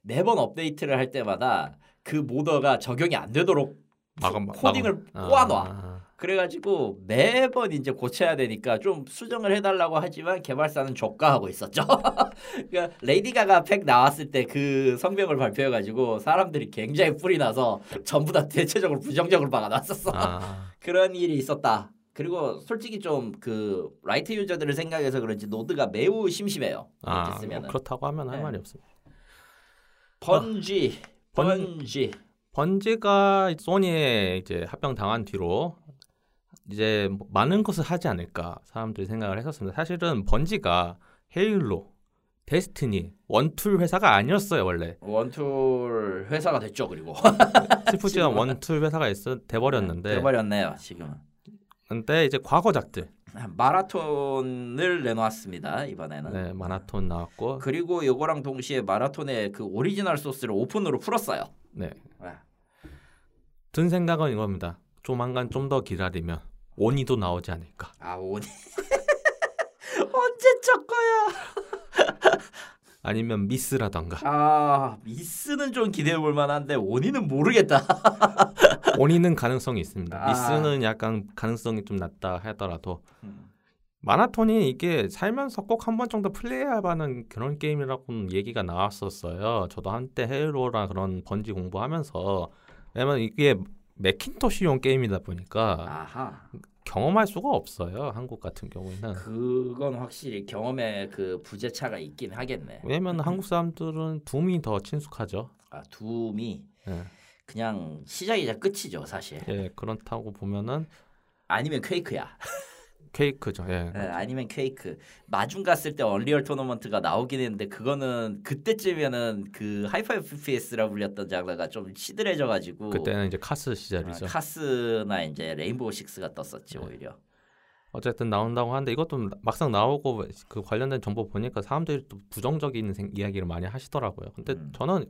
Speaker 2: 매번 업데이트를 할 때마다 그 모더가 적용이 안 되도록
Speaker 1: 마감- 마감-
Speaker 2: 코딩을
Speaker 1: 아,
Speaker 2: 꼬아놔. 그래가지고 매번 이제 고쳐야 되니까 좀 수정을 해달라고 하지만 개발사는 조가하고 있었죠. 그러니까 레이디 가가 팩 나왔을 때 그 성명을 발표해가지고 사람들이 굉장히 뿌리 나서 전부 다 대체적으로 부정적으로 박아놨었어.
Speaker 1: 아.
Speaker 2: 그런 일이 있었다. 그리고 솔직히 좀 그 라이트 유저들을 생각해서 그런지 노드가 매우 심심해요.
Speaker 1: 아,
Speaker 2: 이렇게 쓰면은
Speaker 1: 뭐 그렇다고 하면 할
Speaker 2: 네.
Speaker 1: 말이 없습니다.
Speaker 2: 번지,
Speaker 1: 아. 번-
Speaker 2: 번지,
Speaker 1: 번지가 소니에 이제 합병 당한 뒤로 이제 뭐 많은 것을 하지 않을까 사람들이 생각을 했었습니다. 사실은 번지가 헤일로, 데스티니, 원툴 회사가 아니었어요 원래.
Speaker 2: 원툴 회사가 됐죠. 그리고
Speaker 1: 슬프지만
Speaker 2: 지금은.
Speaker 1: 원툴 회사가 있어 아, 돼버렸는데,
Speaker 2: 돼버렸네요. 지금은.
Speaker 1: 근데 이제 과거작들,
Speaker 2: 마라톤을 내놓았습니다 이번에는.
Speaker 1: 네, 마나톤 나왔고,
Speaker 2: 그리고 요거랑 동시에 마라톤의 그 오리지널 소스를 오픈으로 풀었어요.
Speaker 1: 네,
Speaker 2: 아,
Speaker 1: 든 생각은 이겁니다. 조만간 좀 더 기다리면 온이도 나오지 않을까.
Speaker 2: 아 오니 언제 쳤 거야?
Speaker 1: 아니면 미스라던가
Speaker 2: 아 미스는 좀 기대해 볼 만한데 오니는 모르겠다.
Speaker 1: 원인은 가능성이 있습니다.
Speaker 2: 아.
Speaker 1: 미스는 약간 가능성이 좀 낮다 하더라도 마라톤이 이게 살면서 꼭 한 번 정도 플레이해봐는 그런 게임이라고 얘기가 나왔었어요. 저도 한때 헤일로랑 그런 번지 공부하면서 왜냐면 이게 맥킨토시용 게임이다 보니까
Speaker 2: 아하
Speaker 1: 경험할 수가 없어요. 한국 같은 경우에는
Speaker 2: 그건 확실히 경험의 그 부재차가 있긴 하겠네.
Speaker 1: 왜냐면 한국 사람들은 둠이 더 친숙하죠.
Speaker 2: 아 둠이
Speaker 1: 예.
Speaker 2: 그냥 시작이자 끝이죠 사실.
Speaker 1: 예, 그렇다고 보면은
Speaker 2: 아니면 퀘이크야.
Speaker 1: 케이크죠. 예.
Speaker 2: 예, 아니면 케이크 마중 갔을 때 언리얼 토너먼트가 나오긴 했는데 그거는 그때쯤에는 그 하이퍼 FPS라 불렸던 장르가 좀 시들해져가지고
Speaker 1: 그때는 이제 카스
Speaker 2: 아,
Speaker 1: 시절이죠. 네.
Speaker 2: 카스나 이제 레인보우 식스가 떴었지 오히려
Speaker 1: 어쨌든 나온다고 하는데 이것도 막상 나오고 그 관련된 정보 보니까 사람들이 또 부정적인 생- 이야기를 많이 하시더라고요. 근데
Speaker 2: 음.
Speaker 1: 저는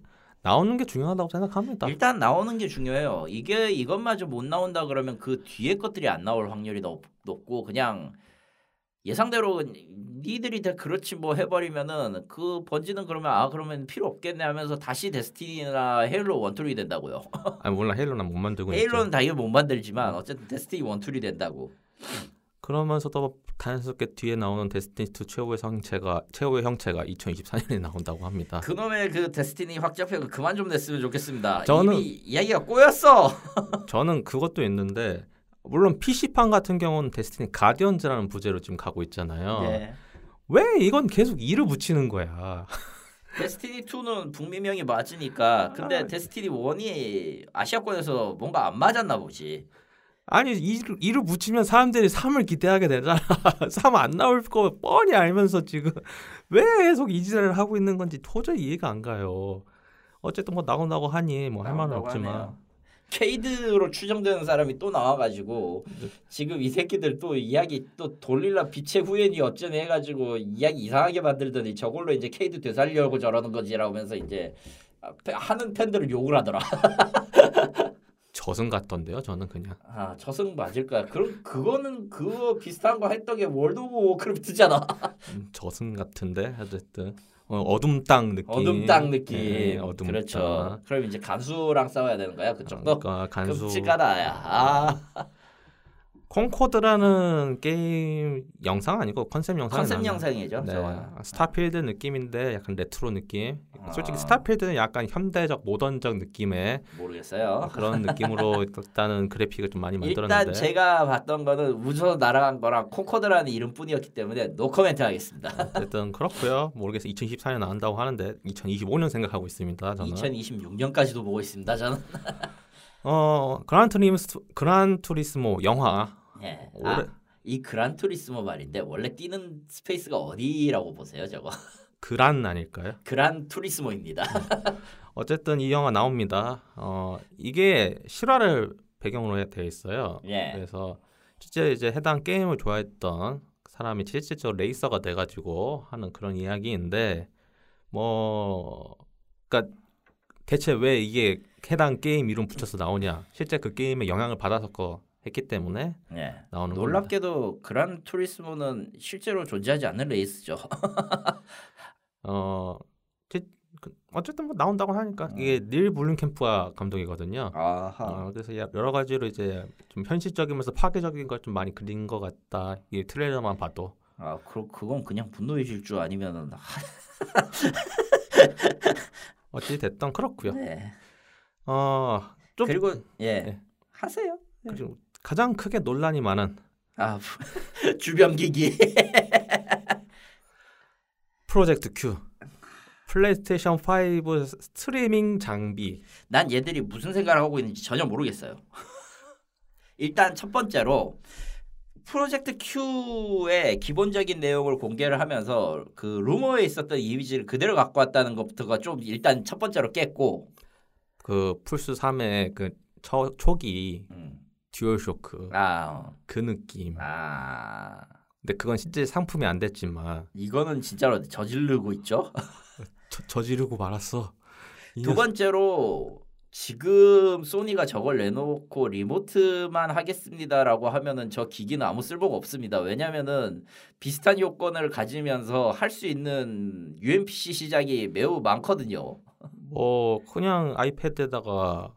Speaker 1: 나오는 게 중요하다고 생각합니다.
Speaker 2: 일단 나오는 게 중요해요. 이게 이것마저 못 나온다 그러면 그 뒤에 것들이 안 나올 확률이 높, 높고 그냥 예상대로 니들이 다 그렇지 뭐 해버리면은 그 번지는 그러면 아 그러면 필요 없겠네 하면서 다시 데스티니나 헤일로 원툴이 된다고요.
Speaker 1: 아니 물론 헤일로는 못 만들고 있죠. 음.
Speaker 2: 헤일로는 다 이거 못 만들지만 어쨌든 데스티니 원툴이 된다고.
Speaker 1: 그러면서도 자연스럽게 뒤에 나오는 데스티니 2 최후의 형체가 최후의 형체가 2024년에 나온다고 합니다.
Speaker 2: 그놈의 그 데스티니 확장팩은 그만 좀 냈으면 좋겠습니다.
Speaker 1: 저는-
Speaker 2: 이미 이야기가 꼬였어.
Speaker 1: 저는 그것도 있는데 물론 PC판 같은 경우는 데스티니 가디언즈라는 부제로 지금 가고 있잖아요.
Speaker 2: 예.
Speaker 1: 왜 이건 계속 이를 붙이는 거야?
Speaker 2: 데스티니 2는 북미명이 맞으니까 근데
Speaker 1: 아.
Speaker 2: 데스티니 1이 아시아권에서 뭔가 안 맞았나 보지.
Speaker 1: 아니 이를, 이를 붙이면 사람들이 3을 기대하게 되잖아. 3 안 나올 거 뻔히 알면서 지금 왜 계속 이 지랄을 하고 있는 건지 도저히 이해가 안 가요. 어쨌든 뭐 나온다고 하니 뭐 할 말은
Speaker 2: 나온다고
Speaker 1: 없지만
Speaker 2: 하네요. 케이드로 추정되는 사람이 또 나와가지고
Speaker 1: 네.
Speaker 2: 지금 이 새끼들 또 이야기 또 돌릴라 빛의 후예니 어쩌네 해가지고 이야기 이상하게 만들더니 저걸로 이제 케이드 되살려고 저러는 거지라면서 이제 하는 팬들을 욕을 하더라.
Speaker 1: 저승 같던데요. 저는 그냥
Speaker 2: 아 저승 맞을까? 그럼 그거는 그거 비슷한 거 했던 게 월드 오브 워크래프트잖아.
Speaker 1: 음, 저승 같은데 어쨌든 어, 어둠 땅 느낌.
Speaker 2: 어둠 땅 느낌.
Speaker 1: 예, 어둠
Speaker 2: 그렇죠.
Speaker 1: 땅.
Speaker 2: 그럼 이제 간수랑 싸워야 되는 거야 그쪽도.
Speaker 1: 그러니까 간수
Speaker 2: 끔찍하다야. 아,
Speaker 1: 콩코드라는 게임 영상 아니고 컨셉 어, 영상
Speaker 2: 컨셉 영상이죠.
Speaker 1: 네,
Speaker 2: 저거는.
Speaker 1: 스타필드 느낌인데 약간 레트로 느낌.
Speaker 2: 아.
Speaker 1: 솔직히 스타필드는 약간 현대적 모던적 느낌의
Speaker 2: 모르겠어요.
Speaker 1: 그런 느낌으로 일단은 그래픽을 좀 많이 만들었는데.
Speaker 2: 아. 일단 제가 봤던 거는 우주로 날아간 거랑 콩코드라는 이름뿐이었기 때문에 노 코멘트 하겠습니다.
Speaker 1: 아, 어쨌든 그렇고요. 모르겠어요. 2024년 나온다고 하는데 2025년 생각하고 있습니다. 저는.
Speaker 2: 2026년까지도 보고 있습니다. 저는.
Speaker 1: 어 그란트리스 그란투리스모 영화.
Speaker 2: 예.
Speaker 1: 올해
Speaker 2: 아, 이 그란투리스모 말인데 원래 뛰는 스페이스가 어디라고 보세요 저거?
Speaker 1: 그란 아닐까요?
Speaker 2: 그란투리스모입니다.
Speaker 1: 음. 어쨌든 이 영화 나옵니다. 어 이게 실화를 배경으로 해- 되어 있어요.
Speaker 2: 예.
Speaker 1: 그래서 실제 이제 해당 게임을 좋아했던 사람이 실질적으로 레이서가 돼가지고 하는 그런 이야기인데 뭐 그러니까 대체 왜 이게 해당 게임 이름 붙여서 나오냐 실제 그 게임에 영향을 받아서 거 했기 때문에
Speaker 2: 예.
Speaker 1: 나오는 겁니다.
Speaker 2: 놀랍게도 그란투리스모는 실제로 존재하지 않는 레이스죠.
Speaker 1: 어 제- 그- 어쨌든 뭐 나온다고 하니까 이게 닐 블룸캠프가 감독이거든요.
Speaker 2: 네. 아하.
Speaker 1: 어, 그래서 야- 여러 가지로 이제 좀 현실적이면서 파괴적인 걸 좀 많이 그린 것 같다. 이 트레일러만 봐도
Speaker 2: 아, 그 그건 그냥 분노의 질주 아니면은
Speaker 1: 어찌 됐든 그렇고요.
Speaker 2: 네.
Speaker 1: 어, 좀
Speaker 2: 그리고 예.
Speaker 1: 예.
Speaker 2: 하세요.
Speaker 1: 그리고 가장 크게 논란이 많은
Speaker 2: 아, 주변 기기.
Speaker 1: 프로젝트 Q 플레이스테이션 5 스트리밍 장비
Speaker 2: 난 얘들이 무슨 생각을 하고 있는지 전혀 모르겠어요. 일단 첫 번째로 프로젝트 Q의 기본적인 내용을 공개를 하면서 그 루머에 있었던 이미지를 그대로 갖고 왔다는 것부터가 좀 일단 첫 번째로 깼고
Speaker 1: 그 플스 3의 그 초, 초기
Speaker 2: 음.
Speaker 1: 듀얼 쇼크
Speaker 2: 아, 어.
Speaker 1: 그 느낌.
Speaker 2: 아
Speaker 1: 근데 그건 실제 상품이 안 됐지만
Speaker 2: 이거는 진짜로 저지르고 있죠.
Speaker 1: 저, 저지르고 말았어. 이
Speaker 2: 두 번째로 지금 소니가 저걸 내놓고 리모트만 하겠습니다라고 하면은 저 기기는 아무 쓸모가 없습니다. 왜냐면은 비슷한 요건을 가지면서 할 수 있는 UMPC 시장이 매우 많거든요.
Speaker 1: 뭐 그냥 아이패드에다가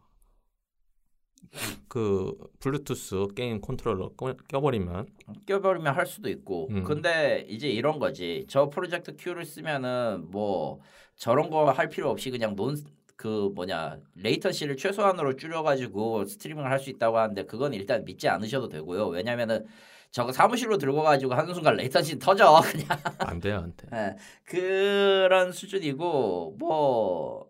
Speaker 1: 그 블루투스 게임 컨트롤러 껴- 껴버리면
Speaker 2: 껴버리면 할 수도 있고.
Speaker 1: 음.
Speaker 2: 근데 이제 이런 거지. 저 프로젝트 Q를 쓰면은 뭐 저런 거 할 필요 없이 그냥 논 그 뭐냐 레이턴시를 최소한으로 줄여가지고 스트리밍을 할 수 있다고 하는데 그건 일단 믿지 않으셔도 되고요. 왜냐면은 저거 사무실로 들고 가지고 하는 순간 레이턴시 터져 그냥
Speaker 1: 안 돼요, 안 돼.
Speaker 2: 예, 그런 수준이고 뭐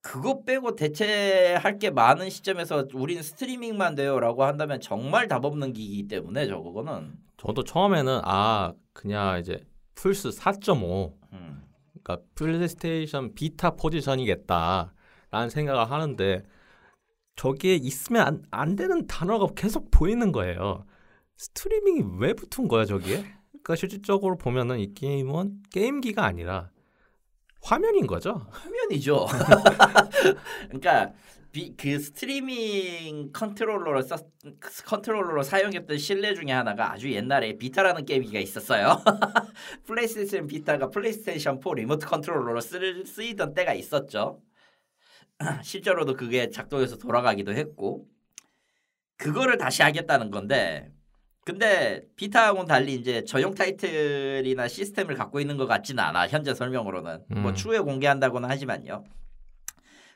Speaker 2: 그거 빼고 대체할 게 많은 시점에서 우리는 스트리밍만 돼요라고 한다면 정말 답 없는 기기 때문에 저거는
Speaker 1: 저도 처음에는 아 그냥 이제 플스 4.5
Speaker 2: 음.
Speaker 1: 그러니까 플레이스테이션 비타 포지션이겠다라는 생각을 하는데 저기에 있으면 안, 안 되는 단어가 계속 보이는 거예요. 스트리밍이 왜 붙은 거야 저기에? 그러니까 실질적으로 보면은 이 게임은 게임기가 아니라 화면인 거죠.
Speaker 2: 화면이죠. 그러니까 비, 그 스트리밍 컨트롤러로 썼, 컨트롤러로 사용했던 실내 중에 하나가 아주 옛날에 비타라는 게임기가 있었어요. 플레이스테이션 비타가 플레이스테이션 4 리모트 컨트롤러로 쓰, 쓰이던 때가 있었죠. 실제로도 그게 작동해서 돌아가기도 했고 그거를 다시 하겠다는 건데 근데 비타하고는 달리 이제 전용 타이틀이나 시스템을 갖고 있는 것 같지는 않아 현재 설명으로는 뭐
Speaker 1: 음.
Speaker 2: 추후에 공개한다고는 하지만요.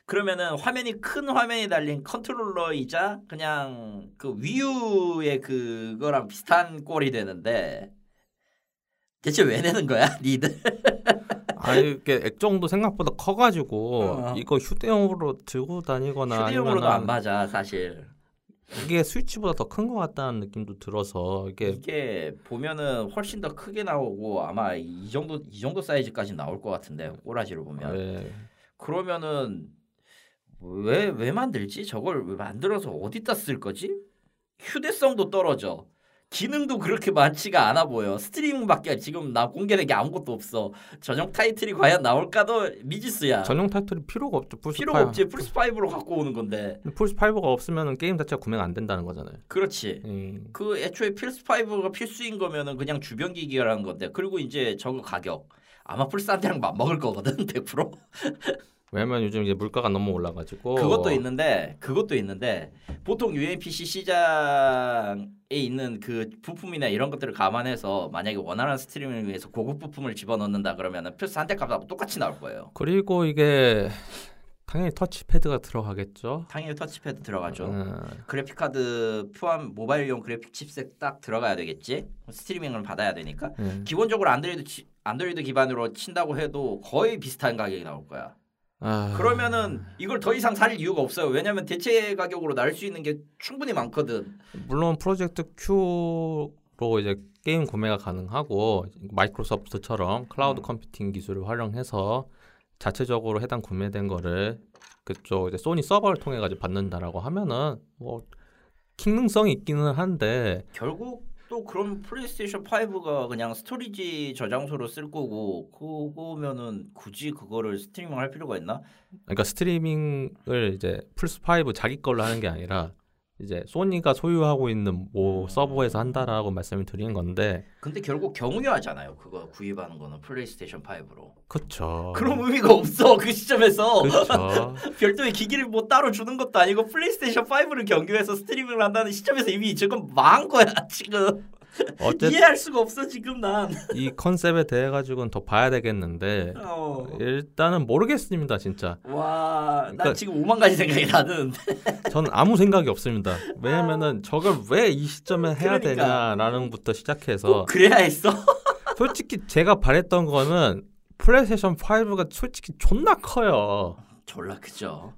Speaker 2: 그러면은 화면이 큰 화면이 달린 컨트롤러이자 그냥 그 위유의 그거랑 비슷한 꼴이 되는데 대체 왜 내는 거야 니들?
Speaker 1: 아 이게 액정도 생각보다 커가지고
Speaker 2: 어.
Speaker 1: 이거 휴대용으로 들고 다니거나
Speaker 2: 휴대용으로도 안
Speaker 1: 아니면
Speaker 2: 맞아 사실.
Speaker 1: 이게 스위치보다 더 큰 것 같다는 느낌도 들어서 이게
Speaker 2: 이게 보면은 훨씬 더 크게 나오고 아마 이 정도 이 정도 사이즈까지 나올 것 같은데 꼬라지로 보면
Speaker 1: 예,
Speaker 2: 그러면은 왜 왜 만들지 저걸 왜 만들어서 어디다 쓸 거지 휴대성도 떨어져 기능도 그렇게 많지가 않아 보여 스트리밍밖에 지금 나 공개된 게 아무것도 없어 전용 타이틀이 과연 나올까도 미지수야
Speaker 1: 전용 타이틀이 필요가 없죠. 플스
Speaker 2: 필요가 없지 플스 5로 갖고 오는 건데
Speaker 1: 플스 5가 없으면 게임 자체가 구매가 안 된다는 거잖아요.
Speaker 2: 그렇지
Speaker 1: 음.
Speaker 2: 그 애초에 필스5가 필수인 거면은 그냥 주변 기기라는 건데 그리고 이제 저거 가격 아마 플스3랑 맞먹을 거거든 100%
Speaker 1: 왜냐면 요즘 이제 물가가 너무 올라가지고
Speaker 2: 그것도 있는데 그것도 있는데 보통 UMPC 시장에 있는 그 부품이나 이런 것들을 감안해서 만약에 원활한 스트리밍을 위해서 고급 부품을 집어넣는다 그러면은 플스1대 값하고 똑같이 나올 거예요
Speaker 1: 그리고 이게 당연히 터치패드가 들어가겠죠.
Speaker 2: 당연히 터치패드 들어가죠
Speaker 1: 음,
Speaker 2: 그래픽카드 포함 모바일용 그래픽 칩셋 딱 들어가야 되겠지 스트리밍을 받아야 되니까
Speaker 1: 예.
Speaker 2: 기본적으로 안드로이드 치- 안드로이드 기반으로 친다고 해도 거의 비슷한 가격이 나올 거야.
Speaker 1: 아,
Speaker 2: 그러면은 이걸 더 이상 살 이유가 없어요. 왜냐면 대체 가격으로 날 수 있는 게 충분히 많거든.
Speaker 1: 물론 프로젝트 Q로 이제 게임 구매가 가능하고 마이크로소프트처럼
Speaker 2: 음.
Speaker 1: 클라우드 컴퓨팅 기술을 활용해서 자체적으로 해당 구매된 거를 그쪽 이제 소니 서버를 통해 가지고 받는다라고 하면은 뭐 기능성이 있기는 한데
Speaker 2: 결국 또 그럼 플레이스테이션 5가 그냥 스토리지 저장소로 쓸 거고 그거면은 굳이 그거를 스트리밍 할 필요가 있나?
Speaker 1: 그러니까 스트리밍을 이제 플스 5 자기 걸로 하는 게 아니라 이제 소니가 소유하고 있는 뭐 서버에서 한다라고 말씀을 드린 건데
Speaker 2: 근데 결국 경유하잖아요. 그거 구입하는 거는 플레이스테이션 5로.
Speaker 1: 그렇죠.
Speaker 2: 그럼 의미가 없어 그 시점에서.
Speaker 1: 그렇죠.
Speaker 2: 별도의 기기를 뭐 따로 주는 것도 아니고 플레이스테이션 5를 경유해서 스트리밍을 한다는 시점에서 이미 지금 망한 거야 지금
Speaker 1: 어쨌든
Speaker 2: 이해할 수가 없어 지금 난.
Speaker 1: 이 컨셉에 대해 가지고는 더 봐야 되겠는데
Speaker 2: 어.
Speaker 1: 일단은 모르겠습니다 진짜
Speaker 2: 와, 난
Speaker 1: 그러니까-
Speaker 2: 지금 오만 가지 생각이 나는.
Speaker 1: 저는 아무 생각이 없습니다 왜냐면은 저걸 왜 이 시점에 해야
Speaker 2: 그러니까.
Speaker 1: 되냐라는부터
Speaker 2: 꼭
Speaker 1: 시작해서
Speaker 2: 그래야 했어.
Speaker 1: 솔직히 제가 바랬던 거는 플레이스테이션 5가 솔직히 존나 커요
Speaker 2: 졸라 크죠.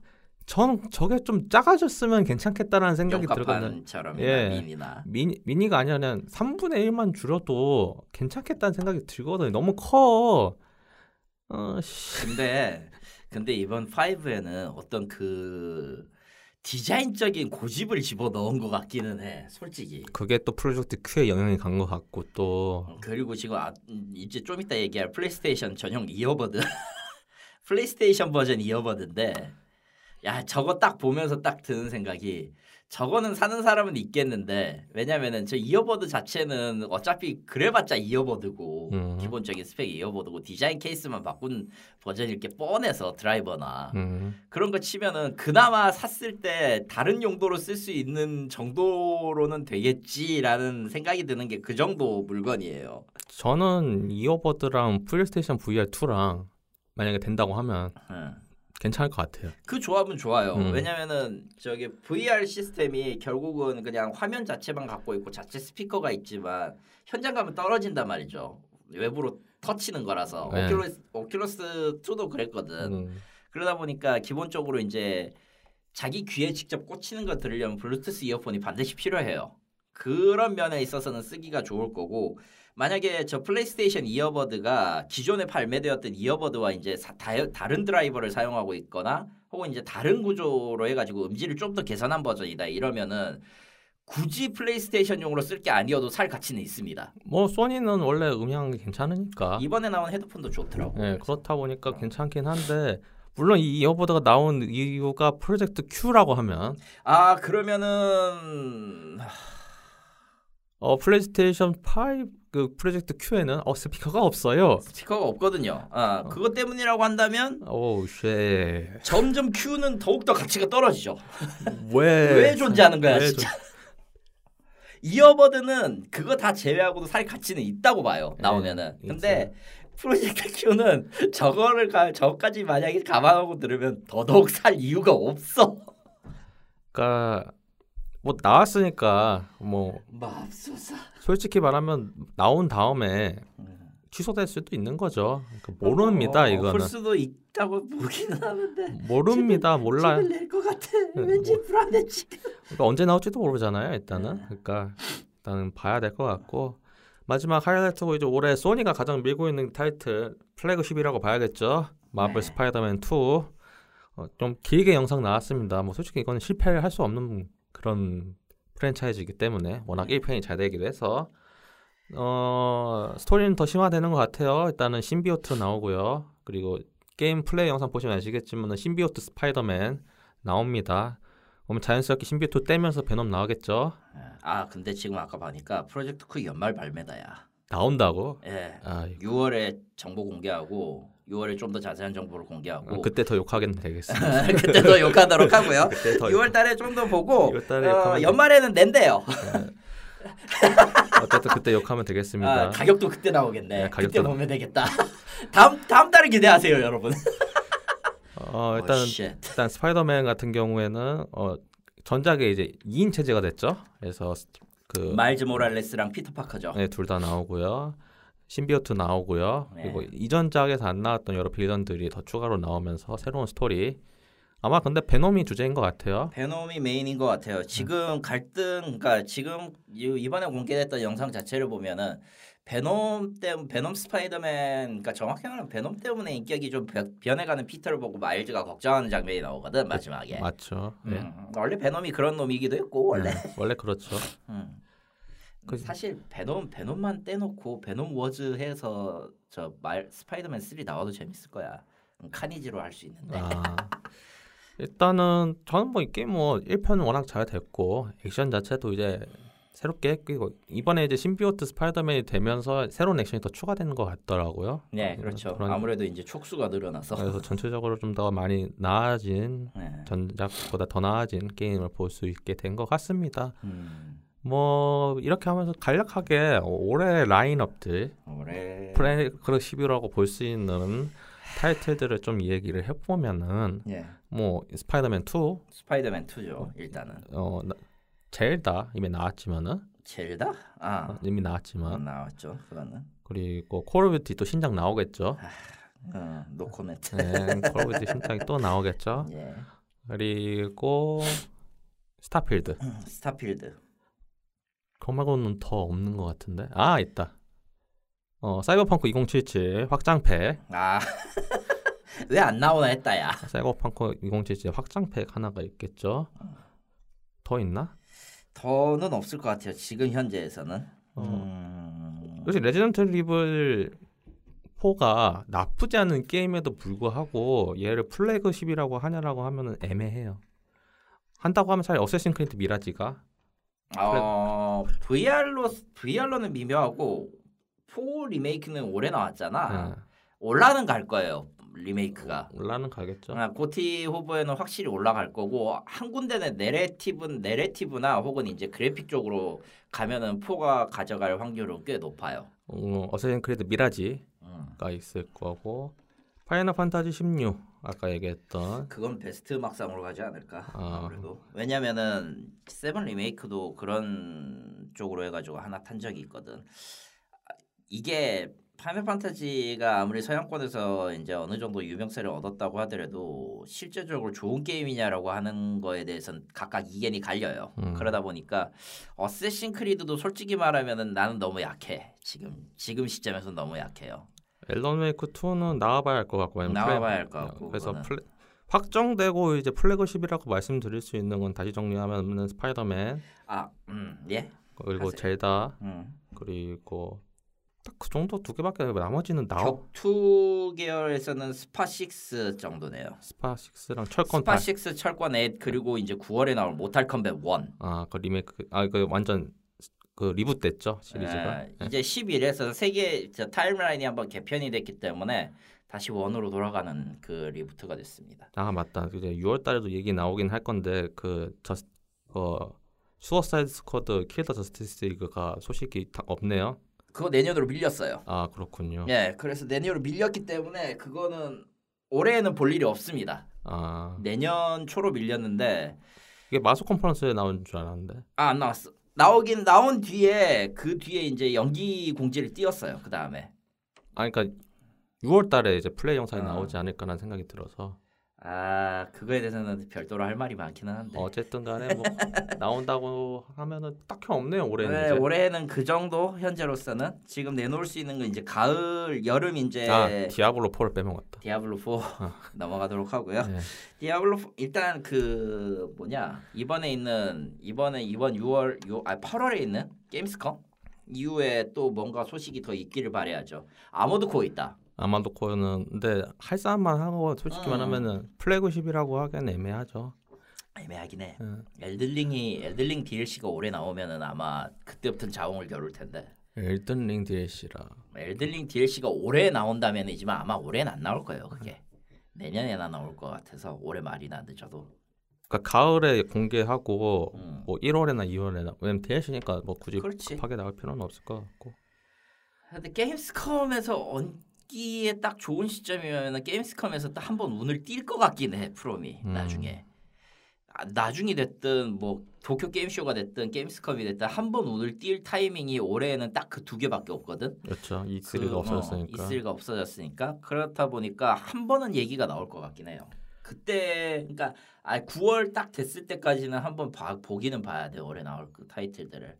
Speaker 1: 전 저게 좀 작아졌으면 괜찮겠다라는 생각이 들거든요
Speaker 2: 영가판처럼
Speaker 1: 예.
Speaker 2: 미니나.
Speaker 1: 미니, 미니가 아니라 그냥 3분의 1만 줄여도 괜찮겠다는 생각이 들거든요 너무 커 어, 씨.
Speaker 2: 근데 근데 이번 5에는 어떤 그 디자인적인 고집을 집어 넣은 것 같기는 해. 솔직히.
Speaker 1: 그게 또 프로젝트 Q에 영향이 간 것 같고 또
Speaker 2: 그리고 지금 아, 음, 이제 좀 이따 얘기할 플레이스테이션 전용 이어버드 플레이스테이션 버전 이어버드인데 야 저거 딱 보면서 딱 드는 생각이 저거는 사는 사람은 있겠는데 왜냐면은 저 이어버드 자체는 어차피 그래봤자 이어버드고
Speaker 1: 음.
Speaker 2: 기본적인 스펙 이어버드고 디자인 케이스만 바꾼 버전일 게 뻔해서 드라이버나
Speaker 1: 음.
Speaker 2: 그런 거 치면은 그나마 샀을 때 다른 용도로 쓸 수 있는 정도로는 되겠지라는 생각이 드는 게 그 정도 물건이에요.
Speaker 1: 저는 이어버드랑 플레이스테이션 VR2랑 만약에 된다고 하면 괜찮을 것 같아요.
Speaker 2: 그 조합은 좋아요.
Speaker 1: 음.
Speaker 2: 왜냐면은 저기 VR 시스템이 결국은 그냥 화면 자체만 갖고 있고 자체 스피커가 있지만 현장감은 떨어진단 말이죠. 외부로 터치는 거라서
Speaker 1: 네.
Speaker 2: 오큘러스, 오큘러스 2도 그랬거든.
Speaker 1: 음.
Speaker 2: 그러다 보니까 기본적으로 이제 자기 귀에 직접 꽂히는 거 들으려면 블루투스 이어폰이 반드시 필요해요. 그런 면에 있어서는 쓰기가 좋을 거고 만약에 저 플레이스테이션 이어버드가 기존에 발매되었던 이어버드와 이제 사- 다, 다른 드라이버를 사용하고 있거나 혹은 이제 다른 구조로 해가지고 음질을 좀 더 개선한 버전이다 이러면은 굳이 플레이스테이션용으로 쓸 게 아니어도 살 가치는 있습니다.
Speaker 1: 뭐 소니는 원래 음향이 괜찮으니까.
Speaker 2: 이번에 나온 헤드폰도 좋더라고.
Speaker 1: 예, 아. 그렇다 보니까 괜찮긴 한데 물론 이 이어보드가 나온 이유가 프로젝트 Q라고 하면
Speaker 2: 아 그러면은
Speaker 1: 어 플레이스테이션 5그 프로젝트 Q에는 어 스피커가 없어요.
Speaker 2: 스티커가 없거든요. 아
Speaker 1: 어.
Speaker 2: 그것 때문이라고 한다면
Speaker 1: 오우 쉣.
Speaker 2: 점점 Q는 더욱더 가치가 떨어지죠.
Speaker 1: 왜?
Speaker 2: 왜 존재하는 거야
Speaker 1: 왜
Speaker 2: 진짜. 이어버드는 그거 다 제외하고도 살 가치는 있다고 봐요. 나오면은.
Speaker 1: 네,
Speaker 2: 근데 프로젝트 Q는 저거를 가, 저까지 만약에 감안하고 들으면 더더욱 살 이유가 없어.
Speaker 1: 그러니까 뭐 나왔으니까 뭐
Speaker 2: 맙소사.
Speaker 1: 솔직히 말하면 나온 다음에 취소될 수도 있는 거죠. 그러니까 모릅니다
Speaker 2: 어,
Speaker 1: 이거는
Speaker 2: 볼 수도 있다고 보기는 하는데.
Speaker 1: 모릅니다 몰라요.
Speaker 2: 집을 낼것 같아.
Speaker 1: 네,
Speaker 2: 왠지 불안해 지금.
Speaker 1: 그러니까 언제 나올지도 모르잖아요 일단은 그러니까 일단은 봐야 될 것 같고 마지막 하이라이트고 이제 올해 소니가 가장 밀고 있는 타이틀 플래그십이라고 봐야겠죠 마블
Speaker 2: 네.
Speaker 1: 스파이더맨 어, 2좀 길게 영상 나왔습니다 뭐 솔직히 이거는 실패를 할 수 없는 그런 프랜차이즈이기 때문에 워낙 1편이 잘 되기도 해서 어 스토리는 더 심화되는 것 같아요 일단은 신비오트 나오고요 그리고 게임 플레이 영상 보시면 아시겠지만 신비오트 스파이더맨 나옵니다 그럼 자연스럽게 신비오트 떼면서 베놈 나오겠죠
Speaker 2: 아 근데 지금 아까 보니까 프로젝트 Q 연말 발매다야.
Speaker 1: 나온다고
Speaker 2: 예.
Speaker 1: 아
Speaker 2: 6월에 정보 공개하고 6월에 좀 더 자세한 정보를
Speaker 1: 아,
Speaker 2: 공개하고
Speaker 1: 그때 더 욕하겠네 되겠어
Speaker 2: 그때 더 욕하도록 하고요.
Speaker 1: 아, 그때 더
Speaker 2: 6월 달에 좀 더 보고
Speaker 1: 6월 달에
Speaker 2: 어,
Speaker 1: 욕하면
Speaker 2: 연말에는 낸대요.
Speaker 1: 어쨌든 그때 욕하면 되겠습니다
Speaker 2: 아, 가격도 그때 나오겠네.
Speaker 1: 네,
Speaker 2: 그때
Speaker 1: 가격도 나-
Speaker 2: 보면 되겠다. 다음 다음 달을 기대하세요, 여러분.
Speaker 1: 어 일단
Speaker 2: 어, 쉣.
Speaker 1: 일단 스파이더맨 같은 경우에는 어 전작에 이제 2인 체제가 됐죠 그래서 그
Speaker 2: 마일즈 모랄레스랑 피터 파커죠.
Speaker 1: 네, 둘 다 나오고요. 신비오트 나오고요.
Speaker 2: 네.
Speaker 1: 그리고 이전작에서 안 나왔던 여러 빌런들이 더 추가로 나오면서 새로운 스토리. 아마 근데 베놈이 주제인 것 같아요.
Speaker 2: 베놈이 메인인 것 같아요.
Speaker 1: 음.
Speaker 2: 지금 갈등, 그러니까 지금 이- 이번에 공개됐던 영상 자체를 보면은 베놈 때문에 베놈 스파이더맨, 그러니까 정확히 말하면 베놈 때문에 인격이 좀 변- 변해가는 피터를 보고 마일즈가 걱정하는 장면이 나오거든 마지막에.
Speaker 1: 그, 맞죠. 네.
Speaker 2: 예. 음, 원래 베놈이 그런 놈이기도 했고 원래.
Speaker 1: 네, 원래 그렇죠.
Speaker 2: 음.
Speaker 1: 그-
Speaker 2: 사실 베놈 베놈만 떼놓고 베놈 워즈 해서 저 말 스파이더맨 3 나와도 재밌을 거야. 카니지로 할 수 있는데.
Speaker 1: 아. 일단은 저는 뭐 이 게임 뭐 1편은 워낙 잘 됐고 액션 자체도 이제 새롭게 했고 이번에 이제 신비오트 스파이더맨이 되면서 새로운 액션이 더 추가되는 것 같더라고요.
Speaker 2: 네, 그렇죠.
Speaker 1: 그런-
Speaker 2: 아무래도 이제 촉수가 늘어나서.
Speaker 1: 그래서 전체적으로 좀 더 많이 나아진
Speaker 2: 네.
Speaker 1: 전작보다 더 나아진 게임을 볼 수 있게 된 것 같습니다.
Speaker 2: 음,
Speaker 1: 뭐 이렇게 하면서 간략하게 올해 라인업들
Speaker 2: 올해
Speaker 1: 프레그로 10이라고 볼 수 있는 타이틀들을 좀 얘기를 해보면은
Speaker 2: 예
Speaker 1: 뭐 스파이더맨 2,
Speaker 2: 스파이더맨 2죠 일단은
Speaker 1: 어 나- 젤다 이미 나왔지만은 어,
Speaker 2: 젤다 아
Speaker 1: 이미 나왔지만
Speaker 2: 나왔죠 그거는
Speaker 1: 그리고 콜 오브 듀티 또 신작 나오겠죠.
Speaker 2: 어, 노코멘트
Speaker 1: 네, 콜 오브 듀티 신작이 또 나오겠죠.
Speaker 2: 예
Speaker 1: 그리고 스타필드.
Speaker 2: 음. 스타필드
Speaker 1: 그거 말고는 더 없는 것 같은데. 아 있다. 어 사이버펑크 2077 확장팩.
Speaker 2: 아 왜 안 나오나 했다야
Speaker 1: 사이버펑크 2077 확장팩 하나가 있겠죠.
Speaker 2: 음.
Speaker 1: 더 있나?
Speaker 2: 더는 없을 것 같아요 지금 현재에서는
Speaker 1: 어.
Speaker 2: 음,
Speaker 1: 역시 레지던트 리블 4가 나쁘지 않은 게임에도 불구하고 얘를 플래그십이라고 하냐라고 하면은 애매해요. 한다고 하면 차라리 어쌔신 크리드 미라지가
Speaker 2: 어, VR로 VR로는 미묘하고 4 리메이크는 올해 나왔잖아
Speaker 1: 예,
Speaker 2: 올라는 갈 거예요 리메이크가
Speaker 1: 올라는 가겠죠.
Speaker 2: 아, 고티 후보에는 확실히 올라갈 거고 한 군데는 내레티브는 내레티브나 혹은 이제 그래픽 쪽으로 가면은 포가 가져갈 확률은 꽤 높아요.
Speaker 1: 어, 어쌔신 크리드 미라지가
Speaker 2: 음.
Speaker 1: 있을 거고 파이널 판타지 16 아까 얘기했던
Speaker 2: 그건 베스트 음악상으로 가지 않을까
Speaker 1: 아.
Speaker 2: 아무래도 왜냐면은 세븐 리메이크도 그런 쪽으로 해가지고 하나 탄 적이 있거든 아, 이게 파이널 판타지가 아무리 서양권에서 이제 어느 정도 유명세를 얻었다고 하더라도 실제적으로 좋은 게임이냐라고 하는 거에 대해서는 각각 이견이 갈려요
Speaker 1: 음.
Speaker 2: 그러다 보니까 어쌔신 크리드도 솔직히 말하면은 나는 너무 약해 지금 지금 시점에서 너무 약해요
Speaker 1: 앨런 웨이크 2는 나와봐야 할 것 같고 아니면
Speaker 2: 나와봐야
Speaker 1: 플레-
Speaker 2: 할것 같고,
Speaker 1: 그래서
Speaker 2: 그거는.
Speaker 1: 플레, 확정되고 이제 플래그십이라고 말씀드릴 수 있는 건 다시 정리하면은 스파이더맨
Speaker 2: 아, 음, 예.
Speaker 1: 그리고
Speaker 2: 하세요.
Speaker 1: 젤다
Speaker 2: 음.
Speaker 1: 그리고 딱 그 정도 두 개밖에 안 해요. 나머지는 나우
Speaker 2: 격투 계열에서는 스파 6 정도네요.
Speaker 1: 스파 6랑 철권
Speaker 2: 스파
Speaker 1: 팔.
Speaker 2: 6 철권 8 그리고 이제 9월에 나올 모탈 컴뱃 1.
Speaker 1: 아그 리메이크 아 그 완전 그 리부됐죠 시리즈가 네.
Speaker 2: 예, 이제 11에서 세계 저 타임라인이 한번 개편이 됐기 때문에 다시 원으로 돌아가는 그 리부트가 됐습니다.
Speaker 1: 아 맞다 이제 6월달에도 얘기 나오긴 할 건데 그 저스 어 수어사이드 스쿼드 킬더 저스티스 리그가 소식이 다 없네요
Speaker 2: 그거 내년으로 밀렸어요.
Speaker 1: 아 그렇군요
Speaker 2: 예, 그래서 내년으로 밀렸기 때문에 그거는 올해에는 볼 일이 없습니다.
Speaker 1: 아
Speaker 2: 내년 초로 밀렸는데
Speaker 1: 이게 마소 컨퍼런스에 나온 줄 알았는데
Speaker 2: 아 안 나왔어. 나오긴 나온 뒤에 그 뒤에 이제 연기 공지를 띄웠어요. 그 다음에
Speaker 1: 아 그러니까 6월달에 이제 플레이 영상이
Speaker 2: 아.
Speaker 1: 나오지 않을까라는 생각이 들어서
Speaker 2: 아 그거에 대해서는 별도로 할 말이 많기는 한데.
Speaker 1: 어쨌든간에 뭐 나온다고 하면은 딱히 없네요 올해는
Speaker 2: 네,
Speaker 1: 이제
Speaker 2: 올해는 그 정도 현재로서는 지금 내놓을 수 있는 건 이제 가을 여름 이제
Speaker 1: 아 디아블로 4를 빼먹었다
Speaker 2: 디아블로 4 넘어가도록 하고요.
Speaker 1: 네.
Speaker 2: 디아블로 4, 일단 그 뭐냐 이번에 있는 이번에 이번 6월 6, 아 8월에 있는 게임스컴 이후에 또 뭔가 소식이 더 있기를 바래야죠. 아모드 코어 있다.
Speaker 1: 아마도 코어는 근데 할 사람만 하고 솔직히
Speaker 2: 음.
Speaker 1: 말하면은 플래그십이라고 하기엔 애매하죠
Speaker 2: 애매하긴 해.
Speaker 1: 예.
Speaker 2: 엘들링이 엘들링 DLC가 올해 나오면은 아마 그때부터는 자웅을 겨룰 텐데.
Speaker 1: 엘든 링 DLC라
Speaker 2: 엘들링 DLC가 올해 나온다면이지만 아마 올해는 안 나올 거예요. 그게 내년에나 나올 것 같아서 올해 말이나 늦어도.
Speaker 1: 그러니까 가을에 공개하고
Speaker 2: 음.
Speaker 1: 뭐 1월에나 2월에나 왜냐면 DLC니까 뭐 굳이
Speaker 2: 그렇지.
Speaker 1: 급하게 나올 필요는 없을 것 같고
Speaker 2: 근데 게임스컴에서 언기에 딱 좋은 시점이면 게임스컴에서 딱 한 번 운을 띌 것 같긴 해 프롬이
Speaker 1: 음.
Speaker 2: 나중에 아, 나중이 됐든 뭐 도쿄 게임쇼가 됐든 게임스컴이 됐든 한 번 운을 띌 타이밍이 올해에는 딱 그 두 개밖에 없거든.
Speaker 1: 그렇죠
Speaker 2: 그,
Speaker 1: E3가
Speaker 2: 어,
Speaker 1: 없어졌으니까
Speaker 2: E3가 없어졌으니까 그렇다 보니까 한 번은 얘기가 나올 것 같긴 해요. 그때 그러니까 아 9월 딱 됐을 때까지는 한번 봐- 보기는 봐야 돼 올해 나올 그 타이틀들을.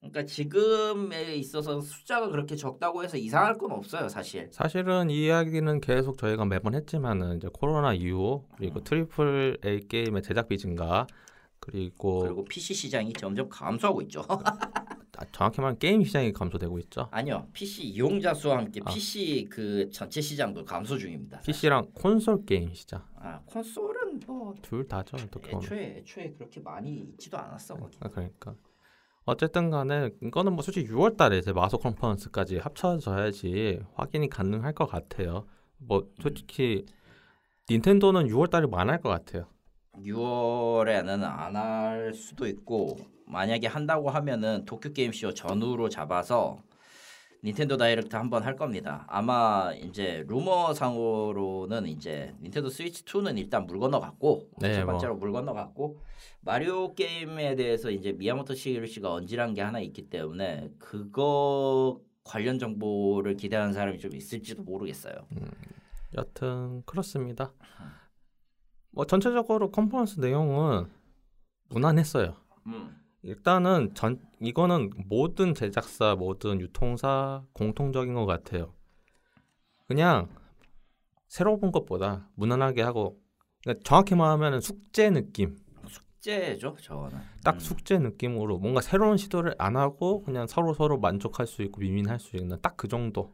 Speaker 2: 그러니까 지금에 있어서 숫자가 그렇게 적다고 해서 이상할 건 없어요 사실.
Speaker 1: 사실은 이 이야기는 계속 저희가 매번 했지만은 이제 코로나 이후 그리고 트리플 A 게임의 제작비 증가 그리고,
Speaker 2: 그리고 PC 시장이 점점 감소하고 있죠.
Speaker 1: 아, 정확히 말하면 게임 시장이 감소되고 있죠.
Speaker 2: 아니요 PC 이용자 수와 함께
Speaker 1: 아.
Speaker 2: PC 그 전체 시장도 감소 중입니다.
Speaker 1: PC랑 콘솔 게임 시장
Speaker 2: 아 콘솔은 뭐
Speaker 1: 둘 다죠 어떻게 보면.
Speaker 2: 애초에 애초에 그렇게 많이 있지도 않았어 거기.
Speaker 1: 아, 그러니까 어쨌든 간에 이거는 뭐 솔직히 6월 달에 이제 마소 컨퍼런스까지 합쳐져야지 확인이 가능할 것 같아요. 뭐 솔직히 닌텐도는 6월 달이 많을 것 같아요.
Speaker 2: 6월에는 안 할 수도 있고 만약에 한다고 하면은 도쿄 게임쇼 전후로 잡아서 닌텐도 다이렉트 한번 할 겁니다. 아마 이제 루머상으로는 이제 닌텐도 스위치 2는 일단 물 건너갔고
Speaker 1: 네,
Speaker 2: 첫
Speaker 1: 뭐.
Speaker 2: 번째로 물 건너갔고 마리오 게임에 대해서 이제 미야모토 시루시가 언질한 게 하나 있기 때문에 그거 관련 정보를 기대하는 사람이 좀 있을지도 모르겠어요.
Speaker 1: 음. 여튼 그렇습니다. 뭐 전체적으로 컨퍼런스 내용은 무난했어요.
Speaker 2: 음.
Speaker 1: 일단은 전 이거는 모든 제작사, 모든 유통사 공통적인 것 같아요. 그냥 새로 본 것보다 무난하게 하고 그러니까 정확히 말하면 숙제 느낌,
Speaker 2: 째죠 저거는.
Speaker 1: 딱
Speaker 2: 음.
Speaker 1: 숙제 느낌으로 뭔가 새로운 시도를 안 하고 그냥 서로 서로 만족할 수 있고 미민할 수 있는 딱 그 정도의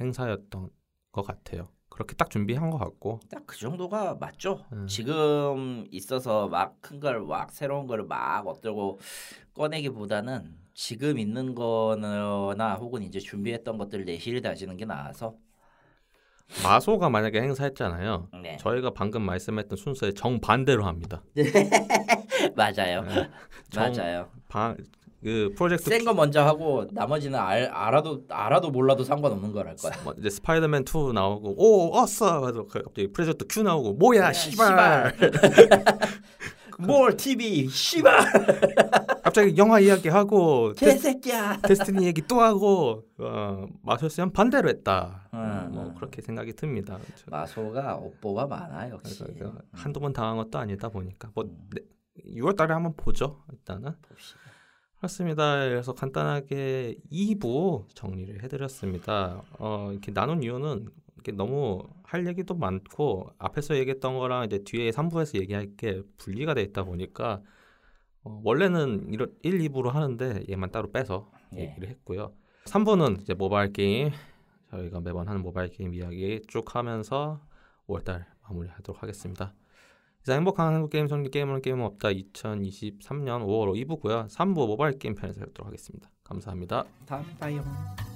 Speaker 1: 행사였던 것 같아요. 그렇게 딱 준비한 것 같고
Speaker 2: 딱 그 정도가 맞죠.
Speaker 1: 음.
Speaker 2: 지금 있어서 막 큰 걸 막 새로운 걸 막 어쩌고 꺼내기보다는 지금 있는 거나 혹은 이제 준비했던 것들 내실을 다지는 게 나아서
Speaker 1: 마소가 만약에 행사했잖아요.
Speaker 2: 네
Speaker 1: 저희가 방금 말씀했던 순서의 정 반대로 합니다.
Speaker 2: 맞아요
Speaker 1: 정-
Speaker 2: 맞아요
Speaker 1: 방, 그 프로젝트
Speaker 2: 센 거 먼저 하고 나머지는 알, 알아도 알아도 몰라도 상관없는 걸 할 거야
Speaker 1: 뭐 이제 스파이더맨 2 나오고 오 왔어 그래서 갑자기 프레저트 Q 나오고 뭐야
Speaker 2: 야,
Speaker 1: 씨발
Speaker 2: 뭘 TV 씨발
Speaker 1: 갑자기 영화 이야기하고 테스,
Speaker 2: 개새끼야
Speaker 1: 데스티니 얘기 또 하고 어, 마술스는 반대로 했다
Speaker 2: 음,
Speaker 1: 뭐
Speaker 2: 음.
Speaker 1: 그렇게 생각이 듭니다 그렇죠.
Speaker 2: 마소가 업보가 많아 역시 음.
Speaker 1: 그래서 이거 한두 번 당한 것도 아니다 보니까 뭐 6월달에 한번 보죠 일단은
Speaker 2: 봅시다.
Speaker 1: 그렇습니다. 그래서 간단하게 2부 정리를 해드렸습니다. 어, 이렇게 나눈 이유는 이게 너무 할 얘기도 많고 앞에서 얘기했던 거랑 이제 뒤에 3부에서 얘기할 게 분리가 돼 있다 보니까 어, 원래는 이런 1, 2부로 하는데 얘만 따로 빼서
Speaker 2: 예.
Speaker 1: 얘기를 했고요. 3부는 이제 모바일 게임 저희가 매번 하는 모바일 게임 이야기 쭉 하면서 5월달 마무리하도록 하겠습니다. 이상 행복한 한국 게임 손님 게임은 게임은 없다 2023년 5월 2부고요. 3부 모바일 게임 편에서 뵙도록 하겠습니다. 감사합니다.
Speaker 2: 다음 봐요.